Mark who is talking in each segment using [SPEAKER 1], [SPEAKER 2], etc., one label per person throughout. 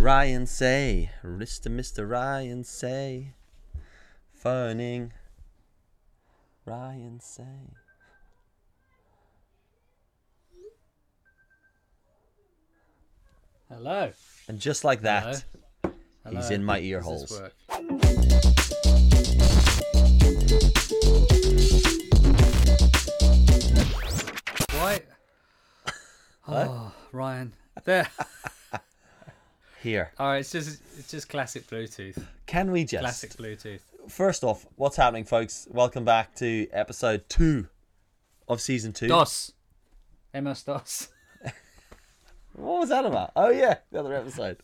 [SPEAKER 1] Ryan say, Mr. Mr. Ryan say, phoning. Ryan say.
[SPEAKER 2] Hello.
[SPEAKER 1] And just like that,
[SPEAKER 2] Hello. Hello.
[SPEAKER 1] he's in my ear
[SPEAKER 2] Does this
[SPEAKER 1] holes.
[SPEAKER 2] work? Why? Oh, Ryan. There.
[SPEAKER 1] here.
[SPEAKER 2] All right. It's just it's just classic Bluetooth.
[SPEAKER 1] Can we just.
[SPEAKER 2] Classic Bluetooth.
[SPEAKER 1] First off, what's happening, folks? Welcome back to episode two of season two.
[SPEAKER 2] DOS. MS DOS.
[SPEAKER 1] What was that about? Oh, yeah, the other episode.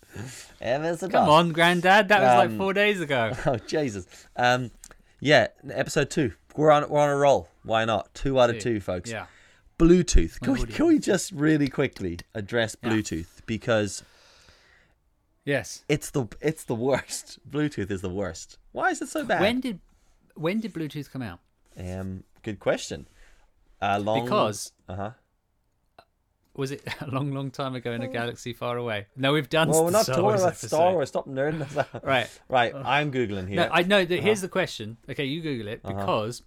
[SPEAKER 1] Emma's a
[SPEAKER 2] Come
[SPEAKER 1] dog.
[SPEAKER 2] on, Granddad. That was
[SPEAKER 1] Um,
[SPEAKER 2] like four days ago.
[SPEAKER 1] Oh, Jesus. Um, yeah, episode two. We're on, we're on a roll. Why not? Two out of two, folks.
[SPEAKER 2] Yeah.
[SPEAKER 1] Bluetooth. Can
[SPEAKER 2] My
[SPEAKER 1] we,
[SPEAKER 2] audio.
[SPEAKER 1] can we just really quickly address Bluetooth because
[SPEAKER 2] Yes.
[SPEAKER 1] it's the it's the worst. Bluetooth is the worst. Why is it so bad?
[SPEAKER 2] When did when did Bluetooth come out?
[SPEAKER 1] Um, good question. Uh, long,
[SPEAKER 2] Because
[SPEAKER 1] uh huh.
[SPEAKER 2] was it a long, long time ago in a galaxy far away? No, we've done.
[SPEAKER 1] Oh. Well, we're not
[SPEAKER 2] Star
[SPEAKER 1] talking
[SPEAKER 2] Wars
[SPEAKER 1] about
[SPEAKER 2] episode.
[SPEAKER 1] Star Wars. Stop nerding us out.
[SPEAKER 2] Right.
[SPEAKER 1] right. I'm googling here. Uh-huh.
[SPEAKER 2] No, I know that. Here's the question. Okay, you Google it because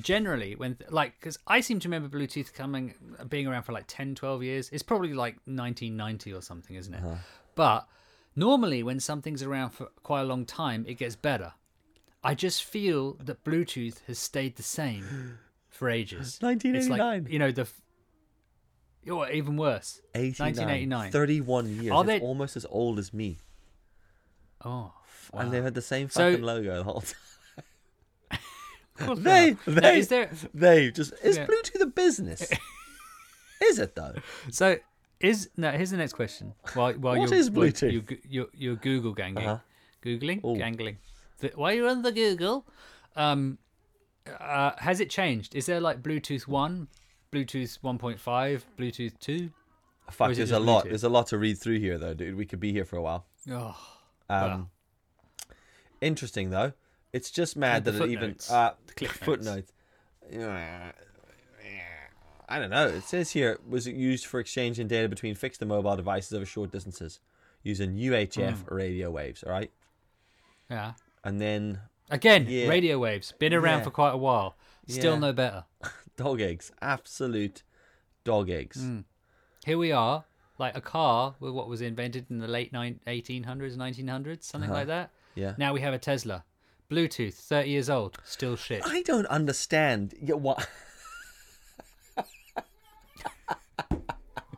[SPEAKER 2] generally, when like, because I seem to remember Bluetooth coming being around for like 10, 12 years. It's probably like 1990 or something, isn't
[SPEAKER 1] Uh-huh.
[SPEAKER 2] it? But normally, when something's around for quite a long time, it gets better. I just feel that Bluetooth has stayed the same for ages. It's like,
[SPEAKER 1] 1989.
[SPEAKER 2] you know the. f- Or even worse,
[SPEAKER 1] 1989.
[SPEAKER 2] 1989.
[SPEAKER 1] 31 years.
[SPEAKER 2] Are
[SPEAKER 1] It's
[SPEAKER 2] they-
[SPEAKER 1] almost as old as me.
[SPEAKER 2] Oh,
[SPEAKER 1] And they've had the same
[SPEAKER 2] So-
[SPEAKER 1] fucking logo the whole time.
[SPEAKER 2] of course
[SPEAKER 1] They,
[SPEAKER 2] are. Now,
[SPEAKER 1] they,
[SPEAKER 2] is there
[SPEAKER 1] they just. Is
[SPEAKER 2] Yeah.
[SPEAKER 1] Bluetooth a business? is it though?
[SPEAKER 2] So is no. Here's the next question. While while
[SPEAKER 1] What
[SPEAKER 2] you're,
[SPEAKER 1] is
[SPEAKER 2] while
[SPEAKER 1] Bluetooth?
[SPEAKER 2] You, you're, you're Google ganging,
[SPEAKER 1] Uh-huh.
[SPEAKER 2] googling,
[SPEAKER 1] Ooh.
[SPEAKER 2] gangling. The, while you're on the Google, um, uh, has it changed? Is there like Bluetooth one, Bluetooth one point five, Bluetooth two?
[SPEAKER 1] Fuck,
[SPEAKER 2] is it
[SPEAKER 1] there's a
[SPEAKER 2] just
[SPEAKER 1] lot.
[SPEAKER 2] Bluetooth?
[SPEAKER 1] There's a lot to read through here, though, dude. We could be here for a while.
[SPEAKER 2] Oh,
[SPEAKER 1] Um,
[SPEAKER 2] Wow.
[SPEAKER 1] Interesting though. It's just mad
[SPEAKER 2] the
[SPEAKER 1] that it even
[SPEAKER 2] footnotes.
[SPEAKER 1] uh,
[SPEAKER 2] The cliff
[SPEAKER 1] footnotes. I don't know. It says here was it used for exchanging data between fixed and mobile devices over short distances using UHF
[SPEAKER 2] Hmm.
[SPEAKER 1] radio waves. All right,
[SPEAKER 2] yeah.
[SPEAKER 1] and then
[SPEAKER 2] Again,
[SPEAKER 1] Yeah.
[SPEAKER 2] radio waves been around
[SPEAKER 1] Yeah.
[SPEAKER 2] for quite a while. Still
[SPEAKER 1] Yeah.
[SPEAKER 2] no better.
[SPEAKER 1] dog eggs, absolute dog eggs.
[SPEAKER 2] Hmm. Here we are, like a car with what was invented in the late nine- 1800s, 1900s, something
[SPEAKER 1] Uh-huh.
[SPEAKER 2] like that.
[SPEAKER 1] Yeah.
[SPEAKER 2] Now we have a Tesla. Bluetooth, 30 years old, still shit.
[SPEAKER 1] I don't understand. Yeah, what?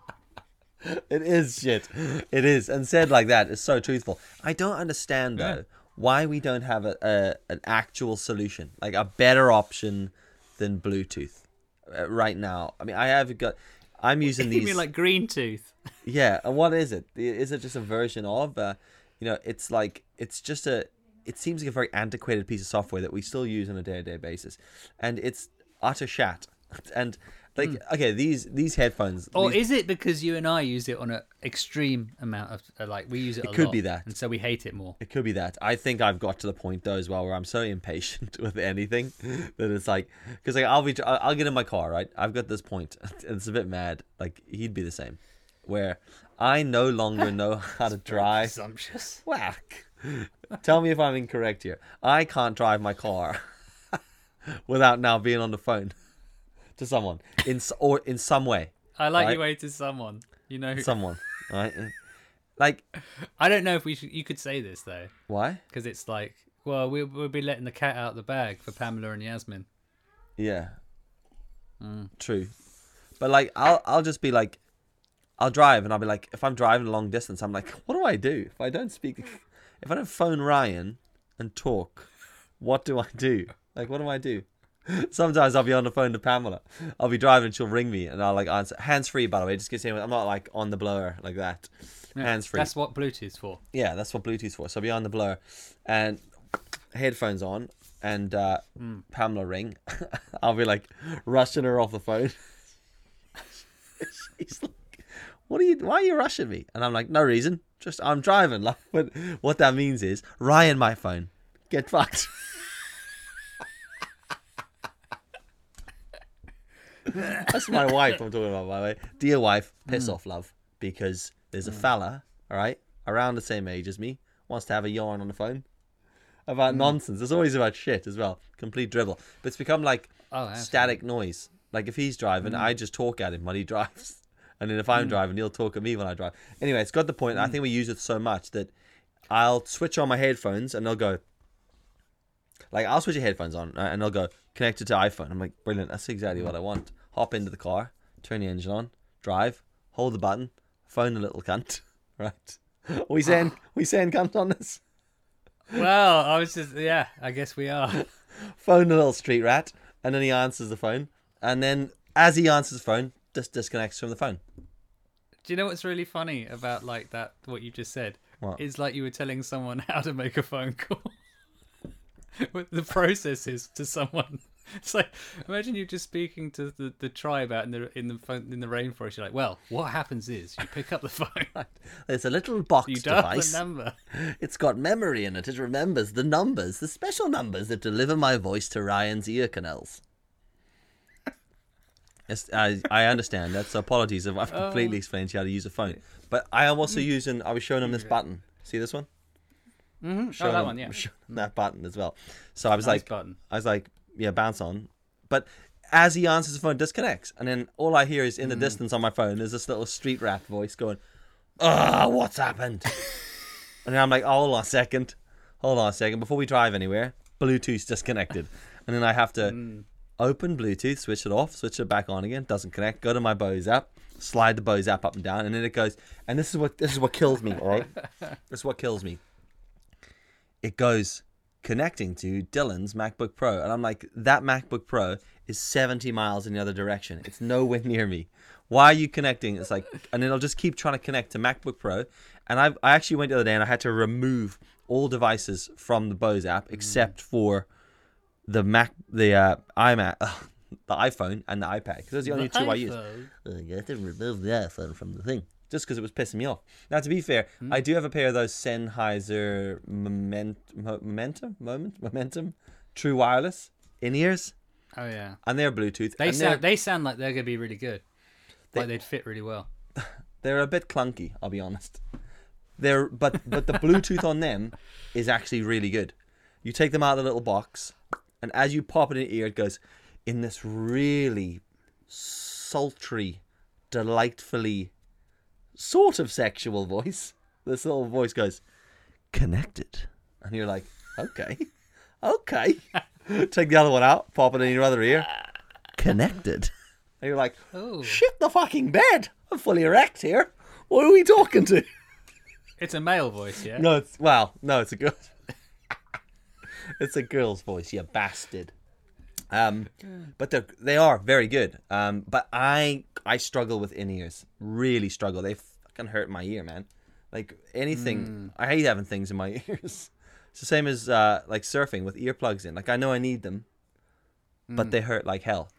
[SPEAKER 1] it is shit. It is, and said like that is so truthful. I don't understand though why we don't have a, a an actual solution, like a better option than Bluetooth uh, right now. I mean, I have got. I'm using
[SPEAKER 2] You
[SPEAKER 1] these.
[SPEAKER 2] mean like green tooth?
[SPEAKER 1] Yeah, and what is it? I- Is it just a version of? Uh, you know, it's like it's just a. It seems like a very antiquated piece of software that we still use on a day-to-day basis, and it's utter shat. And like, okay, these these headphones.
[SPEAKER 2] Or
[SPEAKER 1] these-
[SPEAKER 2] is Oh, it because you and I use it on an extreme amount of, uh, like, we use it a
[SPEAKER 1] could
[SPEAKER 2] lot,
[SPEAKER 1] be that.
[SPEAKER 2] And so we hate it more.
[SPEAKER 1] it could be that. I think I've got to the point though as well where I'm so impatient with anything that it's like because like I'll be I'll I'll get in my car right. I've got this point, and it's a bit mad. Like he'd be the same, where I no longer know how to drive.
[SPEAKER 2] Presumptuous.
[SPEAKER 1] Whack. Tell me if I'm incorrect here. I can't drive my car without now being on the phone to someone in s- or in some way,
[SPEAKER 2] I like
[SPEAKER 1] Right.
[SPEAKER 2] you way to someone. You know,
[SPEAKER 1] someone, right? Like
[SPEAKER 2] I don't know if we should, you could say this, though,
[SPEAKER 1] why?
[SPEAKER 2] because it's like, well, we'll, we'll be letting the cat out of the bag for Pamela and Yasmin.
[SPEAKER 1] Yeah. True. But like I'll I'll just be like I'll drive and I'll be like if I'm driving a long distance I'm like what do I do if I don't speak if I don't phone Ryan and talk what do I do like what do I do Sometimes I'll be on the phone to Pamela. I'll be driving and she'll ring me and I'll like answer hands free by the way just in case anyone I'm not like on the blower like that. hands free.
[SPEAKER 2] That's what Bluetooth's for.
[SPEAKER 1] Yeah, that's what Bluetooth's for. So I'll be on the blower and headphones on and uh, Pamela ring. I'll be like rushing her off the phone. She's like, What are you why are you rushing me? And I'm like, No reason. Just I'm driving. Like but what that means is Ryan my phone. Get fucked. That's my wife I'm talking about, by the way. Dear wife, piss off, love. Because there's a fella, all right? around the same age as me wants to have a yarn on the phone about nonsense. It's always about shit as well. Complete dribble. But it's become like
[SPEAKER 2] Oh, absolutely.
[SPEAKER 1] static noise. Like if he's driving, I just talk at him when he drives. And then if I'm driving, he'll talk at me when I drive. Anyway, it's got the point. I think we use it so much that I'll switch on my headphones and they'll go, like, I'll switch your headphones on uh, and they'll go, connected to iPhone. I'm like, brilliant. That's exactly what I want. Hop into the car, turn the engine on, drive, hold the button, phone the little cunt. Right. We saying, we saying cunt on this?
[SPEAKER 2] Well, I was just yeah. I guess we are.
[SPEAKER 1] phone the little street rat, and then he answers the phone, and then as he answers the phone, just disconnects from the phone.
[SPEAKER 2] Do you know what's really funny about like that? What you just said
[SPEAKER 1] What?
[SPEAKER 2] It's like you were telling someone how to make a phone call. what the process is to someone. It's like imagine you just speaking to the, the tribe out in the in the phone, in the rainforest. You're like, well, what happens is you pick up the phone,
[SPEAKER 1] There's a little box
[SPEAKER 2] you dial
[SPEAKER 1] device.
[SPEAKER 2] the number.
[SPEAKER 1] It's got memory in it. It remembers the numbers, the special numbers that deliver my voice to Ryan's ear canals. Yes, I, I understand that. So apologies if I've
[SPEAKER 2] Oh.
[SPEAKER 1] completely explained to you how to use a phone. But I am also using. I was showing him this button. See this one?
[SPEAKER 2] Oh,
[SPEAKER 1] Showing
[SPEAKER 2] that
[SPEAKER 1] him-
[SPEAKER 2] one, yeah.
[SPEAKER 1] showing him that button as well. So I was
[SPEAKER 2] Nice
[SPEAKER 1] like,
[SPEAKER 2] button.
[SPEAKER 1] I was like, yeah, bounce on. But as he answers the phone, disconnects. And then all I hear is in the distance on my phone, there's this little street rat voice going, Ugh, what's happened? and then I'm like, hold on a second. Hold on a second. Before we drive anywhere, Bluetooth's disconnected. and then I have to open Bluetooth, switch it off, switch it back on again, doesn't connect. Go to my Bose app, slide the Bose app up and down, and then it goes. And this is what this is what kills me, all right? this is what kills me. It goes connecting to Dylan's MacBook Pro, and I'm like, that MacBook Pro is 70 miles in the other direction. It's nowhere near me. Why are you connecting? It's like, and it'll just keep trying to connect to MacBook Pro. And I, I actually went the other day and I had to remove all devices from the Bose app except for the Mac, the uh, iMac, the iPhone, and the iPad because those are the only two I use.
[SPEAKER 2] iPhone.
[SPEAKER 1] I got to remove the iPhone from the thing just because it was pissing me off. Now, to be fair,
[SPEAKER 2] Hmm?
[SPEAKER 1] I do have a pair of those Sennheiser moment, Mo- momentum, moment, momentum, true wireless in ears,
[SPEAKER 2] Oh yeah,
[SPEAKER 1] and they're Bluetooth.
[SPEAKER 2] they
[SPEAKER 1] and they're,
[SPEAKER 2] sound they sound like they're gonna be really good. like they'd fit really well.
[SPEAKER 1] they're a bit clunky. I'll be honest. They're but but the Bluetooth on them is actually really good. You take them out of the little box, and as you pop it in your ear, it goes in this really sultry, delightfully sort of sexual voice. This little voice goes, connected. And you're like, okay, okay. Take the other one out, pop it in your other ear, connected. And you're like,
[SPEAKER 2] Oh.
[SPEAKER 1] shit the fucking bed. I'm fully erect here. What are we talking to?
[SPEAKER 2] It's a male voice, yeah.
[SPEAKER 1] No, it's, well, no, it's a girl. it's a girl's voice, you bastard. Um, but they they are very good. Um, but I I struggle with in ears. Really struggle. They fucking hurt my ear, man. Like anything, I hate having things in my ears. It's the same as uh, like surfing with earplugs in. Like I know I need them, but they hurt like hell.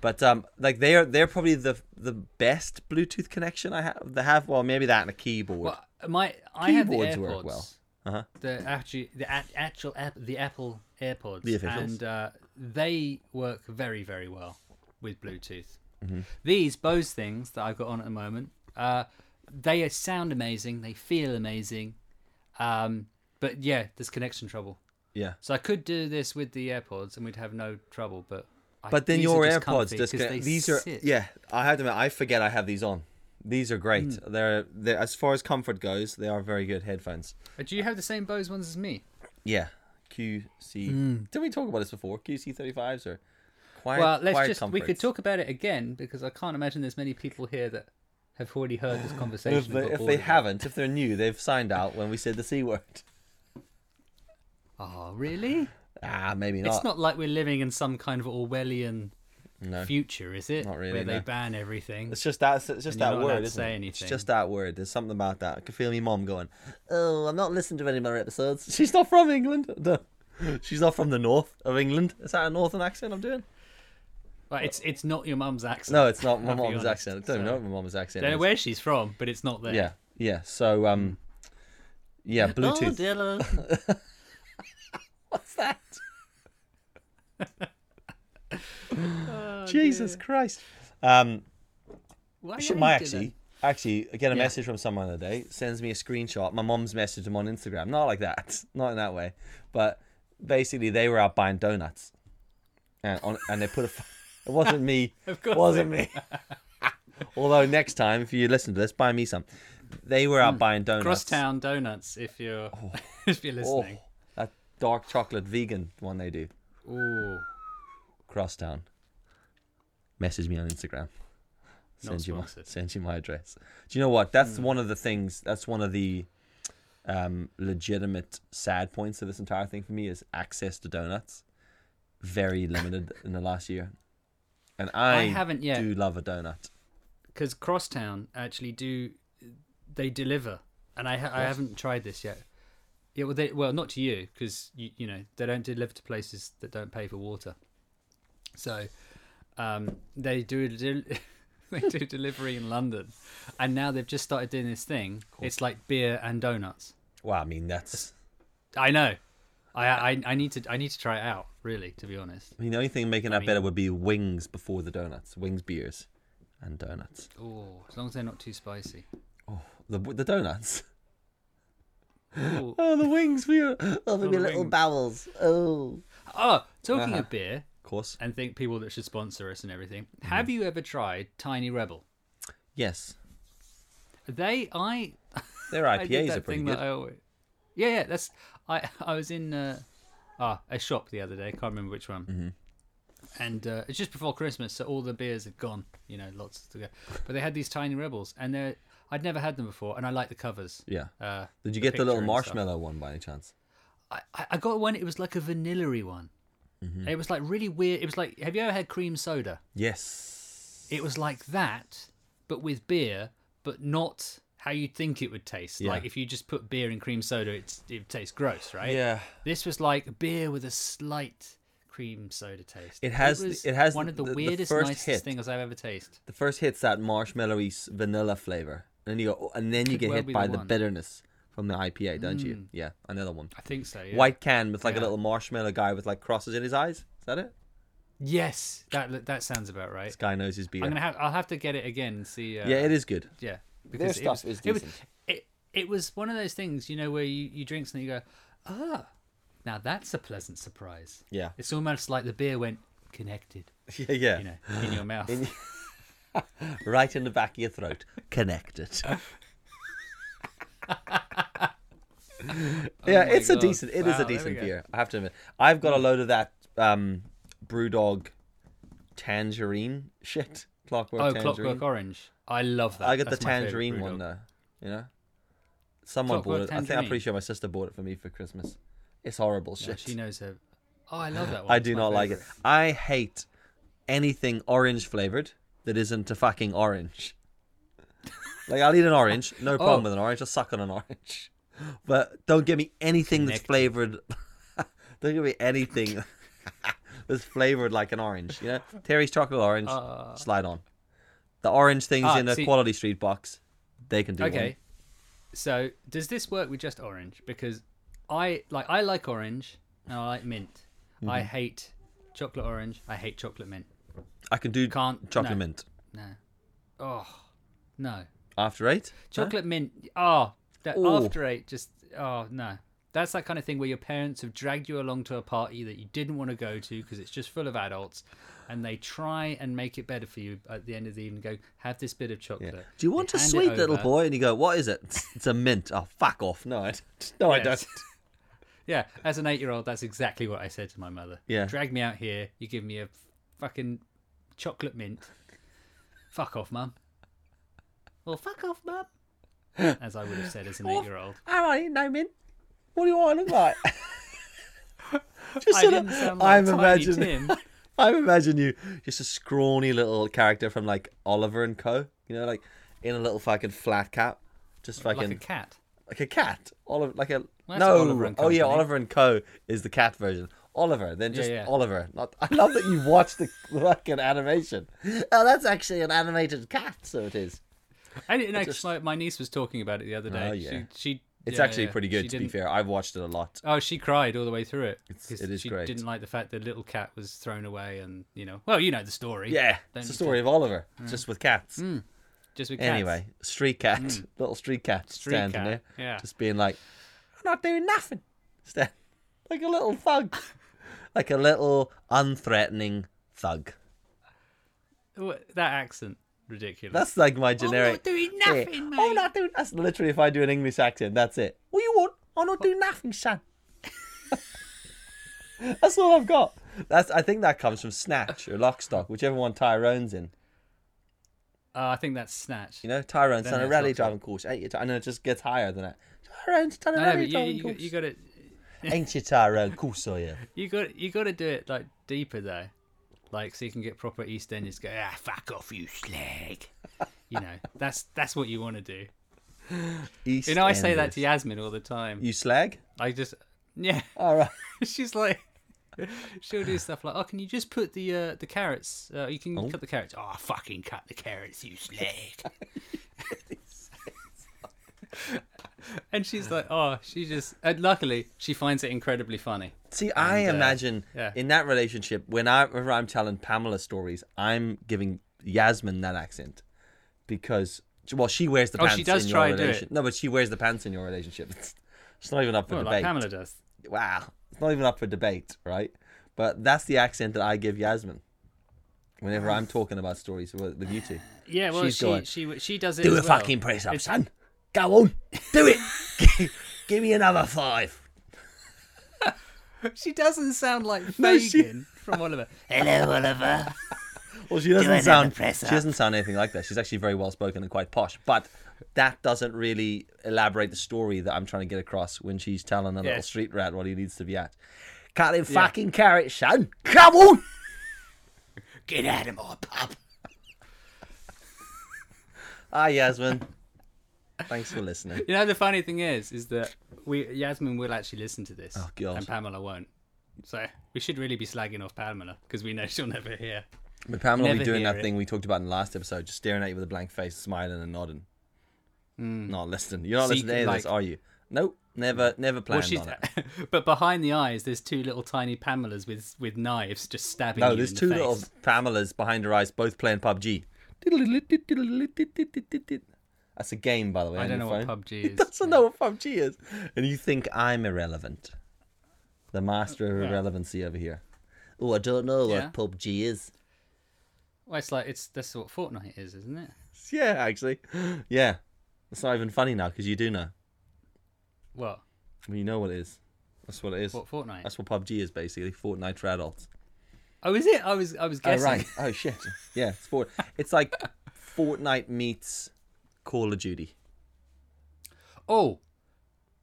[SPEAKER 1] But um, like they are they're probably the the best Bluetooth connection I have. They have well maybe that and a keyboard.
[SPEAKER 2] Well, my I have the
[SPEAKER 1] Keyboards
[SPEAKER 2] AirPods.
[SPEAKER 1] work well. Uh-huh.
[SPEAKER 2] The actually the a- actual app, the Apple AirPods,
[SPEAKER 1] The officials.
[SPEAKER 2] and uh, they work very very well with Bluetooth.
[SPEAKER 1] Mm-hmm.
[SPEAKER 2] These Bose things that I've got on at the moment, uh, they are- sound amazing. They feel amazing, um, but yeah, there's connection trouble.
[SPEAKER 1] yeah.
[SPEAKER 2] So I could do this with the AirPods and we'd have no trouble, but. I-
[SPEAKER 1] But then
[SPEAKER 2] these
[SPEAKER 1] your
[SPEAKER 2] are just
[SPEAKER 1] AirPods
[SPEAKER 2] comfy 'cause they
[SPEAKER 1] disconnect. These are
[SPEAKER 2] sit.
[SPEAKER 1] yeah. I have to admit, I forget I have these on. These are great.
[SPEAKER 2] Hmm.
[SPEAKER 1] They're, they're as far as comfort goes, they are very good headphones.
[SPEAKER 2] Uh, Do you have the same Bose ones as me?
[SPEAKER 1] Yeah, QC.
[SPEAKER 2] Hmm.
[SPEAKER 1] Did we talk about this before? QC thirty fives or quiet.
[SPEAKER 2] Well, let's
[SPEAKER 1] quiet
[SPEAKER 2] just we could
[SPEAKER 1] comforts.
[SPEAKER 2] talk about it again because I can't imagine there's many people here that have already heard this conversation.
[SPEAKER 1] If
[SPEAKER 2] and
[SPEAKER 1] they,
[SPEAKER 2] got
[SPEAKER 1] if
[SPEAKER 2] bored
[SPEAKER 1] they
[SPEAKER 2] of it.
[SPEAKER 1] haven't, if they're new, they've signed out when we said the c word.
[SPEAKER 2] oh really?
[SPEAKER 1] Ah, maybe not.
[SPEAKER 2] It's not like we're living in some kind of Orwellian
[SPEAKER 1] No.
[SPEAKER 2] future, is it?
[SPEAKER 1] Not really,
[SPEAKER 2] Where they
[SPEAKER 1] no.
[SPEAKER 2] ban everything.
[SPEAKER 1] It's just that. It's just
[SPEAKER 2] you're
[SPEAKER 1] that
[SPEAKER 2] not allowed
[SPEAKER 1] word.
[SPEAKER 2] to
[SPEAKER 1] Isn't
[SPEAKER 2] say
[SPEAKER 1] it?
[SPEAKER 2] anything.
[SPEAKER 1] It's just that word. There's something about that. I can feel my mom going, "Oh, I'm not listening to any of my episodes." She's not from England. No. She's not from the north of England. Is that a northern accent I'm doing?
[SPEAKER 2] Like, it's it's not your mum's accent.
[SPEAKER 1] No, it's not my
[SPEAKER 2] I'll be
[SPEAKER 1] mom's
[SPEAKER 2] honest.
[SPEAKER 1] accent. I don't even know
[SPEAKER 2] So-
[SPEAKER 1] what my mom's accent
[SPEAKER 2] Don't know
[SPEAKER 1] is.
[SPEAKER 2] where she's from, but it's not there.
[SPEAKER 1] Yeah, yeah. So, um, yeah,
[SPEAKER 2] Oh,
[SPEAKER 1] Bluetooth.
[SPEAKER 2] Dylan.
[SPEAKER 1] What's that? Jesus Christ. Um,
[SPEAKER 2] Why
[SPEAKER 1] Shit,
[SPEAKER 2] Oh, are you
[SPEAKER 1] my
[SPEAKER 2] Dylan?
[SPEAKER 1] actually Actually, I get a
[SPEAKER 2] Yeah.
[SPEAKER 1] message from someone today, sends me a screenshot. My mom's messaged them on Instagram. Not like that, not in that way. But basically, they were out buying donuts, and on, and they put a. f- It wasn't me.
[SPEAKER 2] Of course
[SPEAKER 1] wasn't me. Although next time, if you listen to this, buy me some. They were out buying donuts.
[SPEAKER 2] Hmm. Crosstown Donuts, if you're if you're
[SPEAKER 1] Oh,
[SPEAKER 2] listening.
[SPEAKER 1] that dark chocolate vegan one they do. Oh.
[SPEAKER 2] Ooh,
[SPEAKER 1] Crosstown. Message me on Instagram.
[SPEAKER 2] Not
[SPEAKER 1] Send you, my,
[SPEAKER 2] sponsored.
[SPEAKER 1] send you my address. Do you know what? That's one of the things. That's one of the um, legitimate sad points of this entire thing for me is access to donuts. Very limited in the last year, and I,
[SPEAKER 2] haven't yet.
[SPEAKER 1] Do love a donut.
[SPEAKER 2] because Crosstown actually do they deliver, and I ha- I haven't tried this yet. Yeah, well, they, well, not to you because you you know they don't deliver to places that don't pay for water. So, um, they do del- they do delivery in London, and now they've just started doing this thing. It's like beer and donuts.
[SPEAKER 1] Well, I mean that's.
[SPEAKER 2] I know. I, I I need to I need to try it out. Really, to be honest.
[SPEAKER 1] I mean, the only thing making that
[SPEAKER 2] mean-
[SPEAKER 1] better would be wings before the donuts, wings, beers, and donuts.
[SPEAKER 2] Oh, as long as they're not too spicy.
[SPEAKER 1] The the donuts.
[SPEAKER 2] Ooh.
[SPEAKER 1] Oh, the wings! We are. Oh, the
[SPEAKER 2] the little wings.
[SPEAKER 1] bowels. Oh.
[SPEAKER 2] Oh, talking of beer,
[SPEAKER 1] Of course.
[SPEAKER 2] and think people that should sponsor us and everything.
[SPEAKER 1] Mm-hmm.
[SPEAKER 2] Have you ever tried Tiny Rebel?
[SPEAKER 1] Yes.
[SPEAKER 2] They, I,
[SPEAKER 1] Their
[SPEAKER 2] I did
[SPEAKER 1] IPAs
[SPEAKER 2] that
[SPEAKER 1] are pretty
[SPEAKER 2] thing
[SPEAKER 1] good.
[SPEAKER 2] that I always, yeah, yeah. That's I, I was in uh, ah a shop the other day. Can't remember which one.
[SPEAKER 1] Mm-hmm.
[SPEAKER 2] And uh, it's just before Christmas, so all the beers had gone. You know, lots to go. But they had these Tiny Rebels, and they're I'd never had them before, and I like the covers.
[SPEAKER 1] Yeah.
[SPEAKER 2] Uh,
[SPEAKER 1] Did you get the little
[SPEAKER 2] picture and stuff.
[SPEAKER 1] marshmallow one by any chance?
[SPEAKER 2] I, I- I got one. It was like a vanilla-y one.
[SPEAKER 1] Mm-hmm.
[SPEAKER 2] And It was like really weird. It was like, have you ever had cream soda?
[SPEAKER 1] Yes.
[SPEAKER 2] It was like that, but with beer, but not how you'd think it would taste.
[SPEAKER 1] Yeah.
[SPEAKER 2] Like if you just put beer in cream soda, it's, it tastes gross, right?
[SPEAKER 1] Yeah.
[SPEAKER 2] This was like beer with a slight cream soda taste.
[SPEAKER 1] It has-
[SPEAKER 2] was
[SPEAKER 1] it has
[SPEAKER 2] one of the,
[SPEAKER 1] the- the
[SPEAKER 2] weirdest,
[SPEAKER 1] first
[SPEAKER 2] nicest
[SPEAKER 1] hit.
[SPEAKER 2] things I've ever tasted.
[SPEAKER 1] The first hit's that marshmallowy s- vanilla flavor, and then you go, oh, and then you
[SPEAKER 2] Could
[SPEAKER 1] get
[SPEAKER 2] well
[SPEAKER 1] hit
[SPEAKER 2] be
[SPEAKER 1] by
[SPEAKER 2] the
[SPEAKER 1] the
[SPEAKER 2] one. Mm.
[SPEAKER 1] bitterness from the IPA, don't you? Yeah, another one.
[SPEAKER 2] I think so. Yeah.
[SPEAKER 1] White can with like a
[SPEAKER 2] Yeah.
[SPEAKER 1] little marshmallow guy with like crosses in his eyes. Is that it?
[SPEAKER 2] Yes, that that sounds about right.
[SPEAKER 1] This guy knows his beer.
[SPEAKER 2] I'm gonna have. I'll have to get it again. And see. Uh,
[SPEAKER 1] yeah, it is good.
[SPEAKER 2] Yeah,
[SPEAKER 1] Their
[SPEAKER 2] because
[SPEAKER 1] stuff
[SPEAKER 2] it was,
[SPEAKER 1] is
[SPEAKER 2] it was
[SPEAKER 1] decent.
[SPEAKER 2] it, it was one of those things, you know, where you, you drink something, you go, ah, now that's a pleasant surprise.
[SPEAKER 1] Yeah.
[SPEAKER 2] It's almost like the beer went connected,
[SPEAKER 1] Yeah, yeah.
[SPEAKER 2] you know, in your mouth.
[SPEAKER 1] Right in the back of your throat, connected. yeah,
[SPEAKER 2] Oh my
[SPEAKER 1] it's a
[SPEAKER 2] God.
[SPEAKER 1] decent. It is
[SPEAKER 2] Wow,
[SPEAKER 1] a
[SPEAKER 2] there we
[SPEAKER 1] decent
[SPEAKER 2] go.
[SPEAKER 1] beer. I have to admit, I've got a load of that um, BrewDog tangerine shit. Clockwork
[SPEAKER 2] oh,
[SPEAKER 1] tangerine.
[SPEAKER 2] Clockwork Orange. I love that.
[SPEAKER 1] I got the
[SPEAKER 2] That's my favourite
[SPEAKER 1] tangerine
[SPEAKER 2] Brewdog.
[SPEAKER 1] one though. You know, someone bought it.
[SPEAKER 2] Clockwork
[SPEAKER 1] I think I'm
[SPEAKER 2] tangerine.
[SPEAKER 1] pretty sure my sister bought it for me for Christmas. It's horrible
[SPEAKER 2] Yeah,
[SPEAKER 1] shit.
[SPEAKER 2] she knows her. Oh, I love that one.
[SPEAKER 1] I
[SPEAKER 2] It's
[SPEAKER 1] do
[SPEAKER 2] my
[SPEAKER 1] not like it.
[SPEAKER 2] favourite.
[SPEAKER 1] I hate anything orange flavored that isn't a fucking orange. like I'll eat an orange, no problem
[SPEAKER 2] Oh.
[SPEAKER 1] with an orange. I'll suck on an orange, but don't give me anything that's
[SPEAKER 2] Connected.
[SPEAKER 1] flavored. don't give me anything that's flavored like an orange. You know, Terry's chocolate orange. slide on. The orange things
[SPEAKER 2] Uh. Ah,
[SPEAKER 1] in the
[SPEAKER 2] see-
[SPEAKER 1] quality street box, they can do. one.
[SPEAKER 2] Okay. So, does this work with just orange? Because I like I like orange and I like mint. I
[SPEAKER 1] Mm-hmm.
[SPEAKER 2] hate chocolate orange. I hate chocolate mint.
[SPEAKER 1] I can do
[SPEAKER 2] Can't-
[SPEAKER 1] chocolate
[SPEAKER 2] no.
[SPEAKER 1] mint
[SPEAKER 2] No. Oh, no.
[SPEAKER 1] after eight. Huh?
[SPEAKER 2] Chocolate mint. Oh, that
[SPEAKER 1] Ooh.
[SPEAKER 2] after eight just. Oh, no. That's that kind of thing where your parents have dragged you along to a party that you didn't want to go to because it's just full of adults and they try and make it better for you at the end of the evening. Go, have this bit of chocolate.
[SPEAKER 1] Do you want
[SPEAKER 2] They
[SPEAKER 1] a
[SPEAKER 2] hand it
[SPEAKER 1] sweet little
[SPEAKER 2] over.
[SPEAKER 1] boy? And you go, what is it? It's a mint. Oh, fuck off. No, I don't. No, I
[SPEAKER 2] Yes.
[SPEAKER 1] don't.
[SPEAKER 2] Yeah, as an eight year old, that's exactly what I said to my mother.
[SPEAKER 1] Yeah.
[SPEAKER 2] Drag me out here. You give me a fucking chocolate mint. Fuck off, mum. Well, fuck off, mum. As I would have said as an eight year old.
[SPEAKER 1] I want it, no mint. What do you want to look like? just
[SPEAKER 2] I
[SPEAKER 1] sort
[SPEAKER 2] didn't
[SPEAKER 1] of,
[SPEAKER 2] sound like
[SPEAKER 1] I'm
[SPEAKER 2] Tiny
[SPEAKER 1] imagining.
[SPEAKER 2] Tim.
[SPEAKER 1] I imagine you just a scrawny little character from like Oliver and Co. You know, like in a little fucking flat cap, just fucking
[SPEAKER 2] like a cat.
[SPEAKER 1] like a cat. Oliver, like a
[SPEAKER 2] Well, that's
[SPEAKER 1] no.
[SPEAKER 2] Oliver and
[SPEAKER 1] oh yeah,
[SPEAKER 2] Company.
[SPEAKER 1] Oliver and Co. is the cat version. Oliver, then just
[SPEAKER 2] yeah.
[SPEAKER 1] Oliver. Not. I love that you watched the fucking animation. Oh, that's actually an animated cat. So it is.
[SPEAKER 2] I didn't know, 'cause my, my niece was talking about it the other day.
[SPEAKER 1] Oh, yeah.
[SPEAKER 2] She, she,
[SPEAKER 1] It's
[SPEAKER 2] yeah,
[SPEAKER 1] actually
[SPEAKER 2] yeah.
[SPEAKER 1] pretty good.
[SPEAKER 2] She
[SPEAKER 1] to be
[SPEAKER 2] didn't-
[SPEAKER 1] fair, I've watched it a lot.
[SPEAKER 2] Oh, she cried all the way through it. 'cause
[SPEAKER 1] it is
[SPEAKER 2] she
[SPEAKER 1] great.
[SPEAKER 2] didn't like the fact the little cat was thrown away and, you know, well, you know the story.
[SPEAKER 1] Yeah,
[SPEAKER 2] Don't
[SPEAKER 1] it's the
[SPEAKER 2] need to-
[SPEAKER 1] story of Oliver, just with cats.
[SPEAKER 2] Just with cats. Hmm.
[SPEAKER 1] Anyway, street cat, little street cat
[SPEAKER 2] Street
[SPEAKER 1] standing
[SPEAKER 2] cat,
[SPEAKER 1] there,
[SPEAKER 2] yeah.
[SPEAKER 1] just being like, "I'm not doing nothing," stand like a little thug, like a little unthreatening thug.
[SPEAKER 2] Wha- that accent ridiculous.
[SPEAKER 1] That's like my generic.
[SPEAKER 2] doing
[SPEAKER 1] "Eh, I'm not doing. That's literally if I do an English accent, that's it. What you want? I'm not doing nothing, son. that's all I've got. That's. I think that comes from Snatch or Lockstock, whichever one Tyrone's in.
[SPEAKER 2] Uh, I think that's snatch.
[SPEAKER 1] You know, Tyrone's done a
[SPEAKER 2] that's
[SPEAKER 1] rally
[SPEAKER 2] not
[SPEAKER 1] driving course. Ain't you? Ty- I know it just gets higher than that. Tyrone's done a
[SPEAKER 2] no, no,
[SPEAKER 1] rally
[SPEAKER 2] but you,
[SPEAKER 1] driving
[SPEAKER 2] you, got-
[SPEAKER 1] course.
[SPEAKER 2] you got to
[SPEAKER 1] Ain't you Tyrone? Course are you?
[SPEAKER 2] you got you got to do it like deeper though, like so you can get proper East Enders. Go ah, fuck off, you slag. You know that's that's what you want to do.
[SPEAKER 1] East
[SPEAKER 2] You know I say that
[SPEAKER 1] Enders.
[SPEAKER 2] to Yasmin all the time.
[SPEAKER 1] You slag?
[SPEAKER 2] I just yeah,
[SPEAKER 1] All right.
[SPEAKER 2] she's like. She'll do stuff like, "Oh, can you just put the uh, the carrots? Uh, you can cut the carrots. Oh, fucking cut the carrots, you slag!" and she's like, "Oh, she just." And luckily, she finds it incredibly funny.
[SPEAKER 1] See, I
[SPEAKER 2] And, uh,
[SPEAKER 1] imagine
[SPEAKER 2] yeah.
[SPEAKER 1] in that relationship, when I, whenever I'm telling Pamela stories, I'm giving Yasmin that accent because, well, she wears the
[SPEAKER 2] Oh,
[SPEAKER 1] pants
[SPEAKER 2] she does
[SPEAKER 1] in
[SPEAKER 2] try
[SPEAKER 1] your
[SPEAKER 2] and do it.
[SPEAKER 1] relationship. No, but she wears the pants in your relationship. It's, it's not even up for
[SPEAKER 2] Well, like
[SPEAKER 1] debate.
[SPEAKER 2] Pamela does.
[SPEAKER 1] wow, it's not even up for debate, right? But that's the accent that I give Yasmin whenever I'm talking about stories with, with you two.
[SPEAKER 2] Yeah, well,
[SPEAKER 1] She's
[SPEAKER 2] she,
[SPEAKER 1] going,
[SPEAKER 2] she she does it.
[SPEAKER 1] Do
[SPEAKER 2] as
[SPEAKER 1] a
[SPEAKER 2] well.
[SPEAKER 1] fucking press up, son. Go on, do it. Give me another five.
[SPEAKER 2] She doesn't sound like
[SPEAKER 1] No, she-
[SPEAKER 2] Fagin from Oliver. Hello, Oliver.
[SPEAKER 1] Well, she
[SPEAKER 2] another
[SPEAKER 1] doesn't sound.
[SPEAKER 2] press
[SPEAKER 1] She
[SPEAKER 2] up.
[SPEAKER 1] doesn't sound anything like that. She's actually very well spoken and quite posh, but that doesn't really elaborate the story that I'm trying to get across when she's telling a
[SPEAKER 2] Yeah.
[SPEAKER 1] little street rat what he needs to be at. Cut him fucking carrot, son. Come on.
[SPEAKER 2] Get out of my pub.
[SPEAKER 1] Hi, Yasmin. Thanks for listening.
[SPEAKER 2] You know the funny thing is, is that we Yasmin will actually listen to this,
[SPEAKER 1] Oh, God.
[SPEAKER 2] and Pamela won't. So we should really be slagging off Pamela because we know she'll never hear.
[SPEAKER 1] But Pamela will be
[SPEAKER 2] Never
[SPEAKER 1] doing
[SPEAKER 2] hear
[SPEAKER 1] that
[SPEAKER 2] it.
[SPEAKER 1] thing we talked about in the last episode, just staring at you with a blank face, smiling and nodding. Not listening. You're not
[SPEAKER 2] So you
[SPEAKER 1] listening to any
[SPEAKER 2] can,
[SPEAKER 1] of this,
[SPEAKER 2] Hmm. like-
[SPEAKER 1] are you? Nope. Never, never
[SPEAKER 2] Well,
[SPEAKER 1] planned
[SPEAKER 2] she's,
[SPEAKER 1] on it.
[SPEAKER 2] but behind the eyes, there's two little tiny Pamelas with with knives just stabbing.
[SPEAKER 1] No,
[SPEAKER 2] you
[SPEAKER 1] there's
[SPEAKER 2] in
[SPEAKER 1] two
[SPEAKER 2] the face.
[SPEAKER 1] little Pamelas behind her eyes, both playing PUBG. That's a game, by the way.
[SPEAKER 2] I
[SPEAKER 1] on
[SPEAKER 2] don't know
[SPEAKER 1] your
[SPEAKER 2] what
[SPEAKER 1] phone.
[SPEAKER 2] PUBG
[SPEAKER 1] He
[SPEAKER 2] is.
[SPEAKER 1] doesn't know what PUBG is, and you think I'm irrelevant? The master of irrelevancy over here. Oh, I don't know
[SPEAKER 2] Yeah.
[SPEAKER 1] what PUBG is.
[SPEAKER 2] Well, it's like it's that's what Fortnite is, isn't it?
[SPEAKER 1] Yeah, actually, yeah. It's not even funny now because you do know.
[SPEAKER 2] What?
[SPEAKER 1] Well, you know what it is. That's what it is.
[SPEAKER 2] What Fortnite?
[SPEAKER 1] That's what PUBG is basically. Fortnite for adults.
[SPEAKER 2] Oh, is it? I was I was
[SPEAKER 1] Oh
[SPEAKER 2] guessing.
[SPEAKER 1] right. Oh shit. Yeah, it's Fort. It's like Fortnite meets Call of Duty.
[SPEAKER 2] Oh,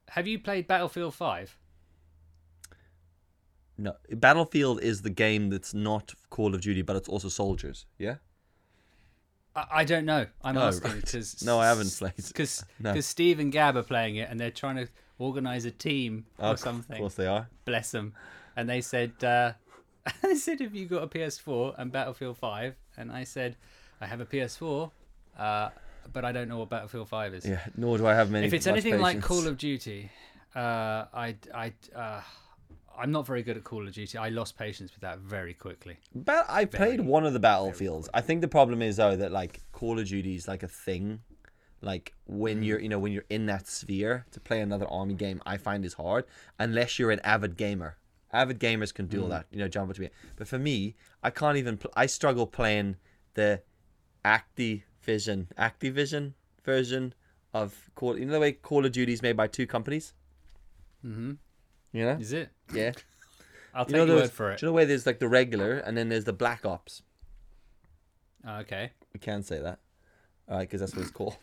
[SPEAKER 2] have you played Battlefield Five?
[SPEAKER 1] No, Battlefield is the game that's not Call of Duty, but it's also soldiers. Yeah.
[SPEAKER 2] I, I don't know. I'm
[SPEAKER 1] Oh,
[SPEAKER 2] asking
[SPEAKER 1] right.
[SPEAKER 2] because
[SPEAKER 1] No, I haven't played.
[SPEAKER 2] because
[SPEAKER 1] No.
[SPEAKER 2] Steve and Gab are playing it and they're trying to organize a team or
[SPEAKER 1] Oh, Of
[SPEAKER 2] something.
[SPEAKER 1] course they are.
[SPEAKER 2] Bless them. And they said, uh, they said, have you got a PS4 and Battlefield Five? And I said, I have a PS4, uh, but I don't know what Battlefield Five is.
[SPEAKER 1] Yeah. Nor do I have many.
[SPEAKER 2] If it's
[SPEAKER 1] much
[SPEAKER 2] anything like
[SPEAKER 1] patience.
[SPEAKER 2] Call of Duty, uh, I I uh, I'm not very good at Call of Duty. I lost patience with that very quickly.
[SPEAKER 1] Ba- I played one of the battlefields. I think the problem is though that like Call of Duty is like a thing. Like when
[SPEAKER 2] Mm.
[SPEAKER 1] you're you know when you're in that sphere to play another army game, I find is hard unless you're an avid gamer. Avid gamers can do
[SPEAKER 2] Mm.
[SPEAKER 1] all that, you know, jump between. But for me, I can't even. Pl- I struggle playing the Activision Activision version of Call. You know the way Call of Duty is made by two companies. Mm-hmm. You know.
[SPEAKER 2] Is it?
[SPEAKER 1] Yeah.
[SPEAKER 2] I'll take
[SPEAKER 1] You know
[SPEAKER 2] your
[SPEAKER 1] those,
[SPEAKER 2] word for it.
[SPEAKER 1] Do you know where there's like the regular and then there's the Black Ops.
[SPEAKER 2] Oh, okay.
[SPEAKER 1] We can say that. All right, because that's what it's called.